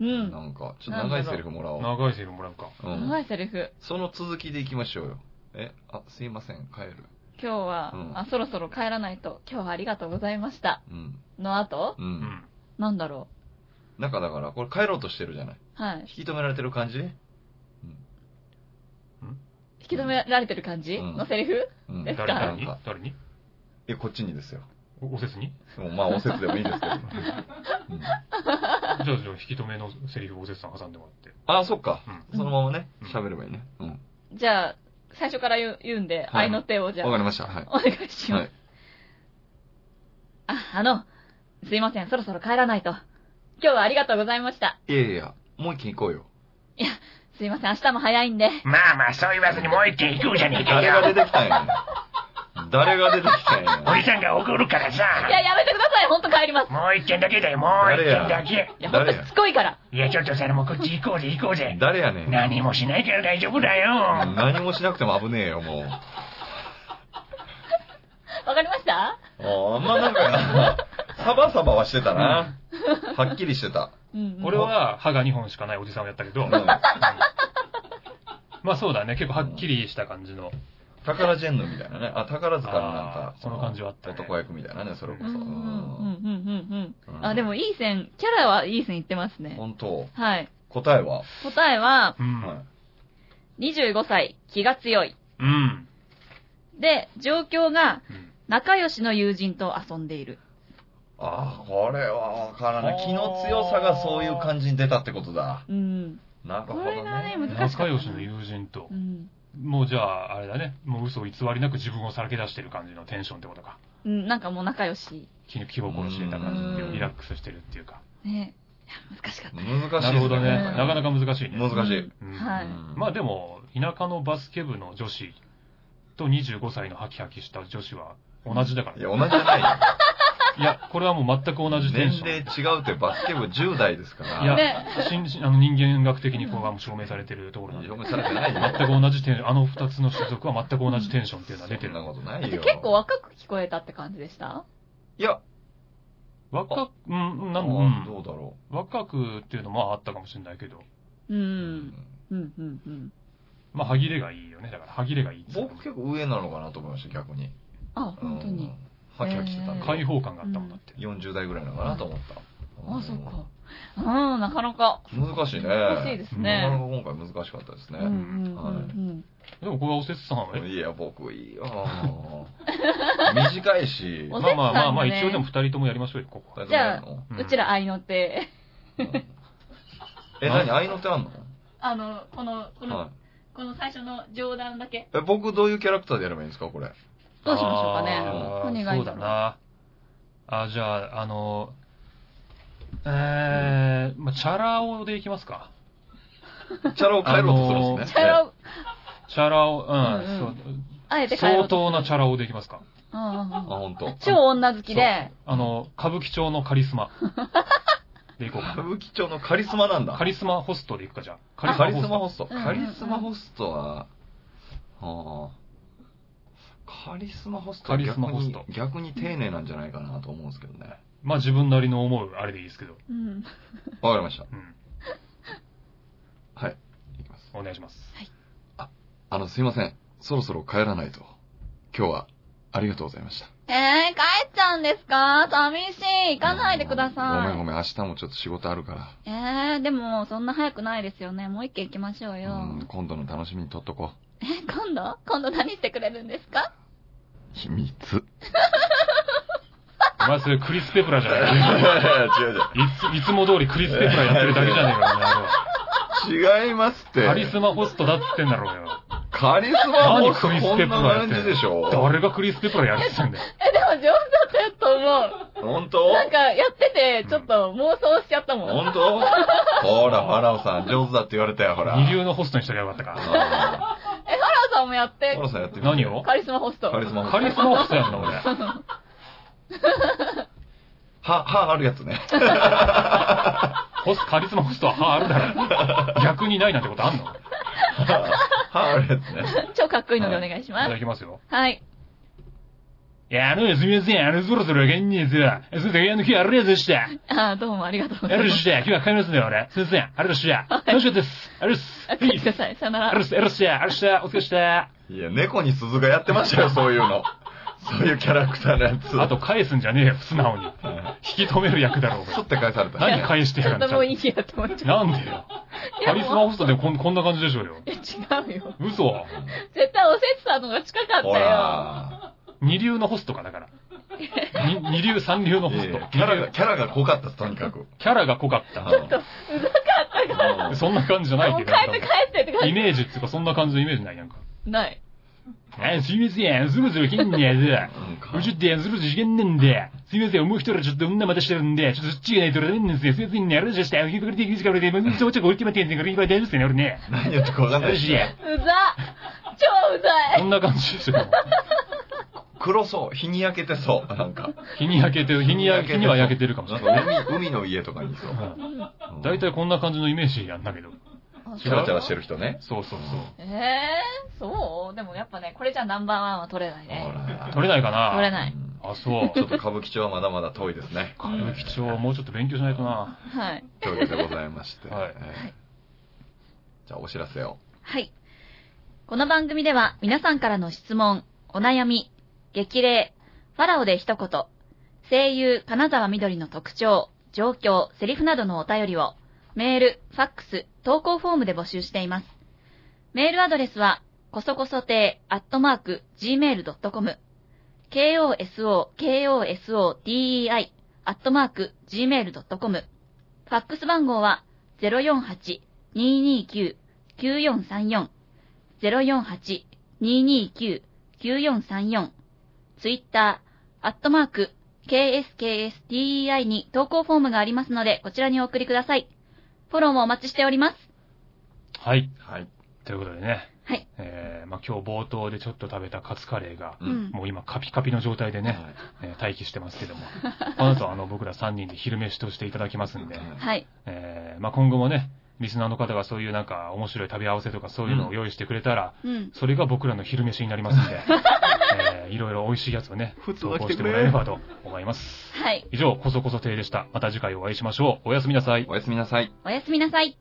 S3: う。
S2: なんんか、ちょっと長いセリフもらおう。
S1: 長いセリフもらうか。
S2: うん
S3: 長いセリフ。
S2: その続きでいきましょうよ。え、あ、すいません、帰る。
S3: 今日は、
S2: うん
S3: あ、そろそろ帰らないと、今日はありがとうございました。
S2: うん。
S3: の後、
S2: う。
S1: うんん。
S3: なんだろ
S2: なんかだから、これ帰ろうとしてるじゃない。
S3: う。はい。
S2: 引き止められてる感じ
S3: 引き止められてる感じ、
S2: うん
S3: のセリフ
S2: うん。
S3: ですか
S1: 誰
S2: な
S1: 誰
S2: ん
S1: に
S2: か、
S1: 誰に
S2: え、こっちにですよ。
S1: おおせつ に
S2: もうまあ、おせつでもいいですけど。うん
S1: じゃあじゃあ引き止めのセリフをおせつさん挟んでもらって。
S2: あ、そっか。
S1: う
S2: そのままね
S1: うん、
S2: 喋ればいいね。うん。
S3: じゃあ、最初から言う言うんで、
S2: はい
S3: 愛の手をじゃあ、
S2: わかりました。はい。
S3: お願いします、
S2: はい。
S3: あ、あの、すいません、そろそろ帰らないと。今日はありがとうございました。
S2: いやいやいや、もう一軒行こうよ。
S3: すいません、明日も早いんで。
S1: まあまあ、そう言わずにもう一軒行こうじゃねえ
S2: 誰 が出てきたんやねん誰が出てきたんやねん
S1: さんが怒るからさ
S3: いや、やめてください、ほんと帰ります。
S1: もう一軒だけだよ、も
S2: う一軒だ
S1: け。
S3: いや、ほんと
S2: 誰
S3: し
S2: や
S3: つこいから。
S1: いや、ちょっとそれもうこっち行こうぜ、行こうぜ。
S2: 誰やねん。
S1: 何もしないから大丈夫だよ。
S2: 何もしなくても危ねえよ、もう。
S3: わかりまし
S2: あ
S3: た
S2: ーまあなんか、サバサバはしてたな。はっきりしてた。
S3: うん、うん。
S1: 俺は歯が2本しかないおじさんをやったけど、
S2: うん
S1: まあそうだね、結構はっきりした感じの。
S2: 宝ジェンヌみたいなね。あ、宝塚のなん
S1: あ
S2: か
S1: ー、その感じはあったね
S2: 男役みたいなね、それこ
S3: う
S2: そ。
S3: んうんうんうんう。
S2: うんん
S3: あ、でもいい線、キャラはいい線いってますね。
S2: 本当。
S3: はい。
S2: 答えは、
S3: 答えは、
S1: うん。
S2: はい
S3: 25歳、気が強い。
S1: うん。
S3: で、状況が、
S1: うん
S3: 仲良しの友人と遊んでいる。
S2: ああ、これはわからない。
S1: あー
S2: 気の強さがそういう感じに出たってことだ。
S3: うん。
S2: なるほど
S3: これがね難しいかった
S1: 仲良しの友人と
S3: う。ん。
S1: もうじゃあ、あれだね。もう嘘を偽りなく自分をさらけ出してる感じのテンションってことか。
S3: うん、なんかもう仲良し。
S1: 気の気心してた感じっていうう、
S3: ん
S1: リラックスしてるっていうか。
S3: ねいや難しかった。
S2: 難し
S1: なる
S2: いですね。
S1: ほどね。
S3: うん
S1: なかなか難しいね。
S2: 難しい
S3: うん
S1: うん
S3: はい。
S2: うん
S1: まあでも、田舎のバスケ部の女子と25歳のハキハキした女子は同じだから
S2: い
S1: ね
S2: や、同じじゃないよ。
S1: いや、これはもう全く同じテンション。
S2: 年齢違うってバスケ部10代ですから。
S1: いや、
S3: ね
S1: 新しあの人間学的にこれはもう証明されてるところなんで
S2: 読。めされてないよ。
S1: 全く同じテンション、あの二つの種族は全く同じテンションってい うのは出て
S2: そん
S1: る
S2: な。ことない
S3: で
S2: よ。
S3: 結構若く聞こえたって感じでした
S2: いや、
S1: 若く、うん、な
S2: あ
S1: ん
S2: ー
S1: うん
S2: どうだろ
S1: 若くっていうのもあったかもしれないけど、
S3: う
S2: う。
S3: ん。うん、うん、うん。
S1: まあ、歯切れがいいよね。だから、歯切れがいいっていう
S2: 僕
S1: か
S2: 結構上なのかなと思いました、逆に。
S3: あ、本当に。
S2: うん。はきはきしてたん
S3: 構
S1: 開
S2: で。
S1: 放感があったもんだって。
S2: 40代ぐらいなのかなと思った。
S3: あ、そっか。うん、なかなか。
S2: うん。難しいね。
S3: 難しいです
S2: なかなか
S3: ね。
S2: 今回難しかったです
S3: う
S2: ね
S3: ん、う。ん、うん
S1: でも、これはおせつさんは、え
S2: いや、僕いい よ。短いし。
S3: おせ
S1: まあまあまあまあ、
S3: おせつさんがね
S1: 一応でも二人ともやりましょうよ、ここは。
S3: んじゃ
S2: う
S3: あ
S2: ん
S3: うん。うちら愛の手。
S2: え、何合いの手あんの
S3: あの、この、この
S2: は、
S3: この最初の冗談だけ。
S2: い。え、僕どういうキャラクターでやればいいんですか、これ。
S3: どうしましょうかね
S1: あー
S3: お願いだろう
S1: そうだな。あ、じゃあ、あの、えー、まあ、チャラ男でいきますか。
S2: チャラを変えろとするんです
S3: チ
S2: ね。
S3: ャラを、
S1: チャラ男、うん、
S3: うんうん
S1: そう
S3: あえて変え
S1: 相
S3: ろと。
S1: 当なチャラ男でいきますか。
S3: うんうんうん
S2: あ、ほんと。
S3: 超女好きで、
S1: あの、歌舞伎町のカリ スマ。でいこう
S2: 歌
S1: か。
S2: 舞伎町のカリスマなんだ。
S1: カリスマホストでいくか、じゃあ。
S2: カリスマホスト。
S3: うんうんうん
S2: カリスマホストは、はあ、カリスマホストは
S1: カリス
S2: 逆
S1: マホス
S2: に
S1: ト
S2: 逆に丁寧なんじゃないかなと思うんですけどね。
S1: まあ、自分なりの思う、あれでいいですけど。
S3: うん。
S2: わかりました。
S1: うん。
S2: はい。いきます。
S1: お願いします。
S2: あの、すいません。そろそろ帰らないと。今日は、ありがとうございました。
S3: えー、帰っちゃうんですか寂しい。行かないでくだ
S2: ごめんご
S3: さ
S2: めん。明日もちょっと仕事あるか
S3: い。えー、でも、そんな早くないですよね。もう一軒行きましょう
S2: ら。
S3: よ。
S2: うん今度の楽しみにとっとこ
S3: え、今度今度何してくれるんです
S2: う。
S3: か
S2: 秘 密。
S1: お前、それクリス・ペプラーじゃないか。
S2: 違
S1: いつ、いつも通りクリス・ペプラーやってるだけじゃねえかよ、お前は
S2: う違う。違いますって。
S1: カリスマホストだってんだろうよ。
S2: カリスマ
S1: 何
S2: ホス
S1: ク
S2: ト
S1: リス・
S2: こ
S1: ペ
S2: ん
S1: プ
S2: な
S1: ラーやっ
S2: 感
S1: てん
S2: じ
S1: の
S2: でしょ
S1: 誰がクリス・ペプラーやってんだよ。
S3: え、でも上手だったと思
S2: 本当
S3: う。なんか、やってて、ちょっと妄想しちゃったもん。
S2: 本当ほら、ファラオさん、上手だって言われたよ、ほら。
S1: 二流のホストにしたらよかった
S2: あー
S1: か。
S3: 原さんもやって
S2: ファラオさんやってみて
S1: 何を
S3: カリスマホスト
S2: カリスマ。
S1: カリスマホストやんな、俺。
S2: 歯、歯あるやつね。
S1: ホスカリスマホストは歯あるだろ。逆にないなんてことあんのい
S2: 歯あるやつね。
S3: 超かっこいいのでお願いしたま
S1: だ
S3: す
S1: きますよ。
S3: はい
S1: やるよ、すみません。あの、そろそろあかんねえぞ。先生、あの、今日ありがとうございま した。あ
S3: あーどうもありがとうござ
S1: りがとう
S3: い
S1: ございま
S3: ま
S1: し
S3: す
S1: た。今日は帰りますね、俺。先生、ありがとうございました。楽しかったです。ありがと
S3: あ
S1: うござい
S3: 帰
S1: ます
S3: ってく。ださいさよなら
S1: ありがとうございました。ありがとうございました。お疲れ様でした。
S2: いや、猫に鈴がやってましたよ、そういうの。そういうキャラクターのやつ。
S1: あと、返すんじゃねえよ、素直に。
S2: うん、
S1: 引き止める役だろ、お
S2: ス
S1: 前
S2: ッて返された。
S1: 何返して
S3: ちょ
S1: や
S3: っ
S1: が
S3: と
S1: ん
S3: もうい
S1: の
S3: いやと思っちゃ
S1: なんでよ。カリスマホストでもこんこんな感じでしょうよ。
S3: う。いや、違うよ。
S1: 嘘。
S3: 絶対おせつさんの方が近かった
S2: ほ
S3: よ。
S2: ら。
S1: 二流のホストか、だから。に二流、三流のホ
S2: いや
S1: ス
S2: い
S1: ト
S2: や。キャラが、キャラが濃かったです、とにかく。
S1: キャラが濃かった。
S2: ちょっと、うざかった
S1: そんな感じじゃない
S3: も
S1: け
S3: う
S1: ど
S3: 帰。って帰ってって感
S1: イメージっていうか、そんな感じのイメージないやんか。
S3: じ。ない。
S1: あ、すいません、すぐすぐ来んねやで。うちって、すぐすぐ時間なんで。すいません、もう一人ちょっと女またしてるんで、ちょっとそっちがないとダメなんですよ。すいませんね、あれでした。お聞いてくれていいですか、俺ね。もうちょっと置いて待ってんねんから、今大丈夫ですよね、俺ね。
S2: 何言ってるかわかんないですね。
S3: うざ超うざ
S1: こ
S3: い
S1: んな感じですよ。
S2: 黒そう。日に焼けてそう。なんか。
S1: 日に焼けてる、日に焼け、日には焼けてるかもしれ
S2: な
S1: ない
S2: ん。か海海の家とかにそう。
S3: うん
S2: うん
S1: 大体こんな感じのイメージやんだけど。
S2: チャラチャラしてる人ね。
S1: そうそうそう。
S3: えー、そうでもやっぱね、これじゃナンバーワンは取れない
S2: ほ
S3: ね。
S2: ら
S1: 取れないかな
S3: 取れない
S2: うん
S1: あ、そう。
S2: ちょっと歌舞伎町はまだまだ遠いですね。
S1: 歌舞伎町、もうちょっと勉強しないとな。
S3: はい。
S2: というわけでございまして。
S1: はい
S2: えーじゃあお知らせを。
S3: はい。この番組では皆さんからの質問、お悩み、激励、ファラオで一言、声優、金沢みどりの特徴、状況、セリフなどのお便りを、メール、ファックス、投稿フォームで募集しています。メールアドレスは、こそこそ亭、アットマーク、gmail.com、koso, koso, dei, アットマーク、gmail.com。ファックス番号は、048-229-9434。048-229-9434。ツイッター、アットマーク、kskstei に投稿フォームがありますので、こちらにお送りください。フォローもお待ちしております。
S1: はい。
S2: はい。
S1: ということでね。
S3: はい。
S1: えー、まあ今日冒頭でちょっと食べたカツカレーが、
S2: う
S3: うんん。
S1: もう今カピカピの状態でね、
S2: はい
S1: えー待機してますけども。この後あの僕ら3人で昼飯としていただきますんで、
S3: はい。
S1: えー、まあ今後もね、リスナーの方がそういうなんか面白い食べ合わせとかそういうのを用意してくれたら、
S3: うん。
S1: それが僕らの昼飯になりますん で、えー、いろいろ美味しいやつをね、
S2: 普通
S1: 投
S2: は
S1: 稿
S2: 来
S1: してて
S2: く
S1: も
S2: れ
S1: らえればと思います。
S3: はい。
S1: 以上、こそこそ亭でした。また次回お会いしましょう。おやすみなさい。
S2: おやすみなさい。
S3: おやすみなさい。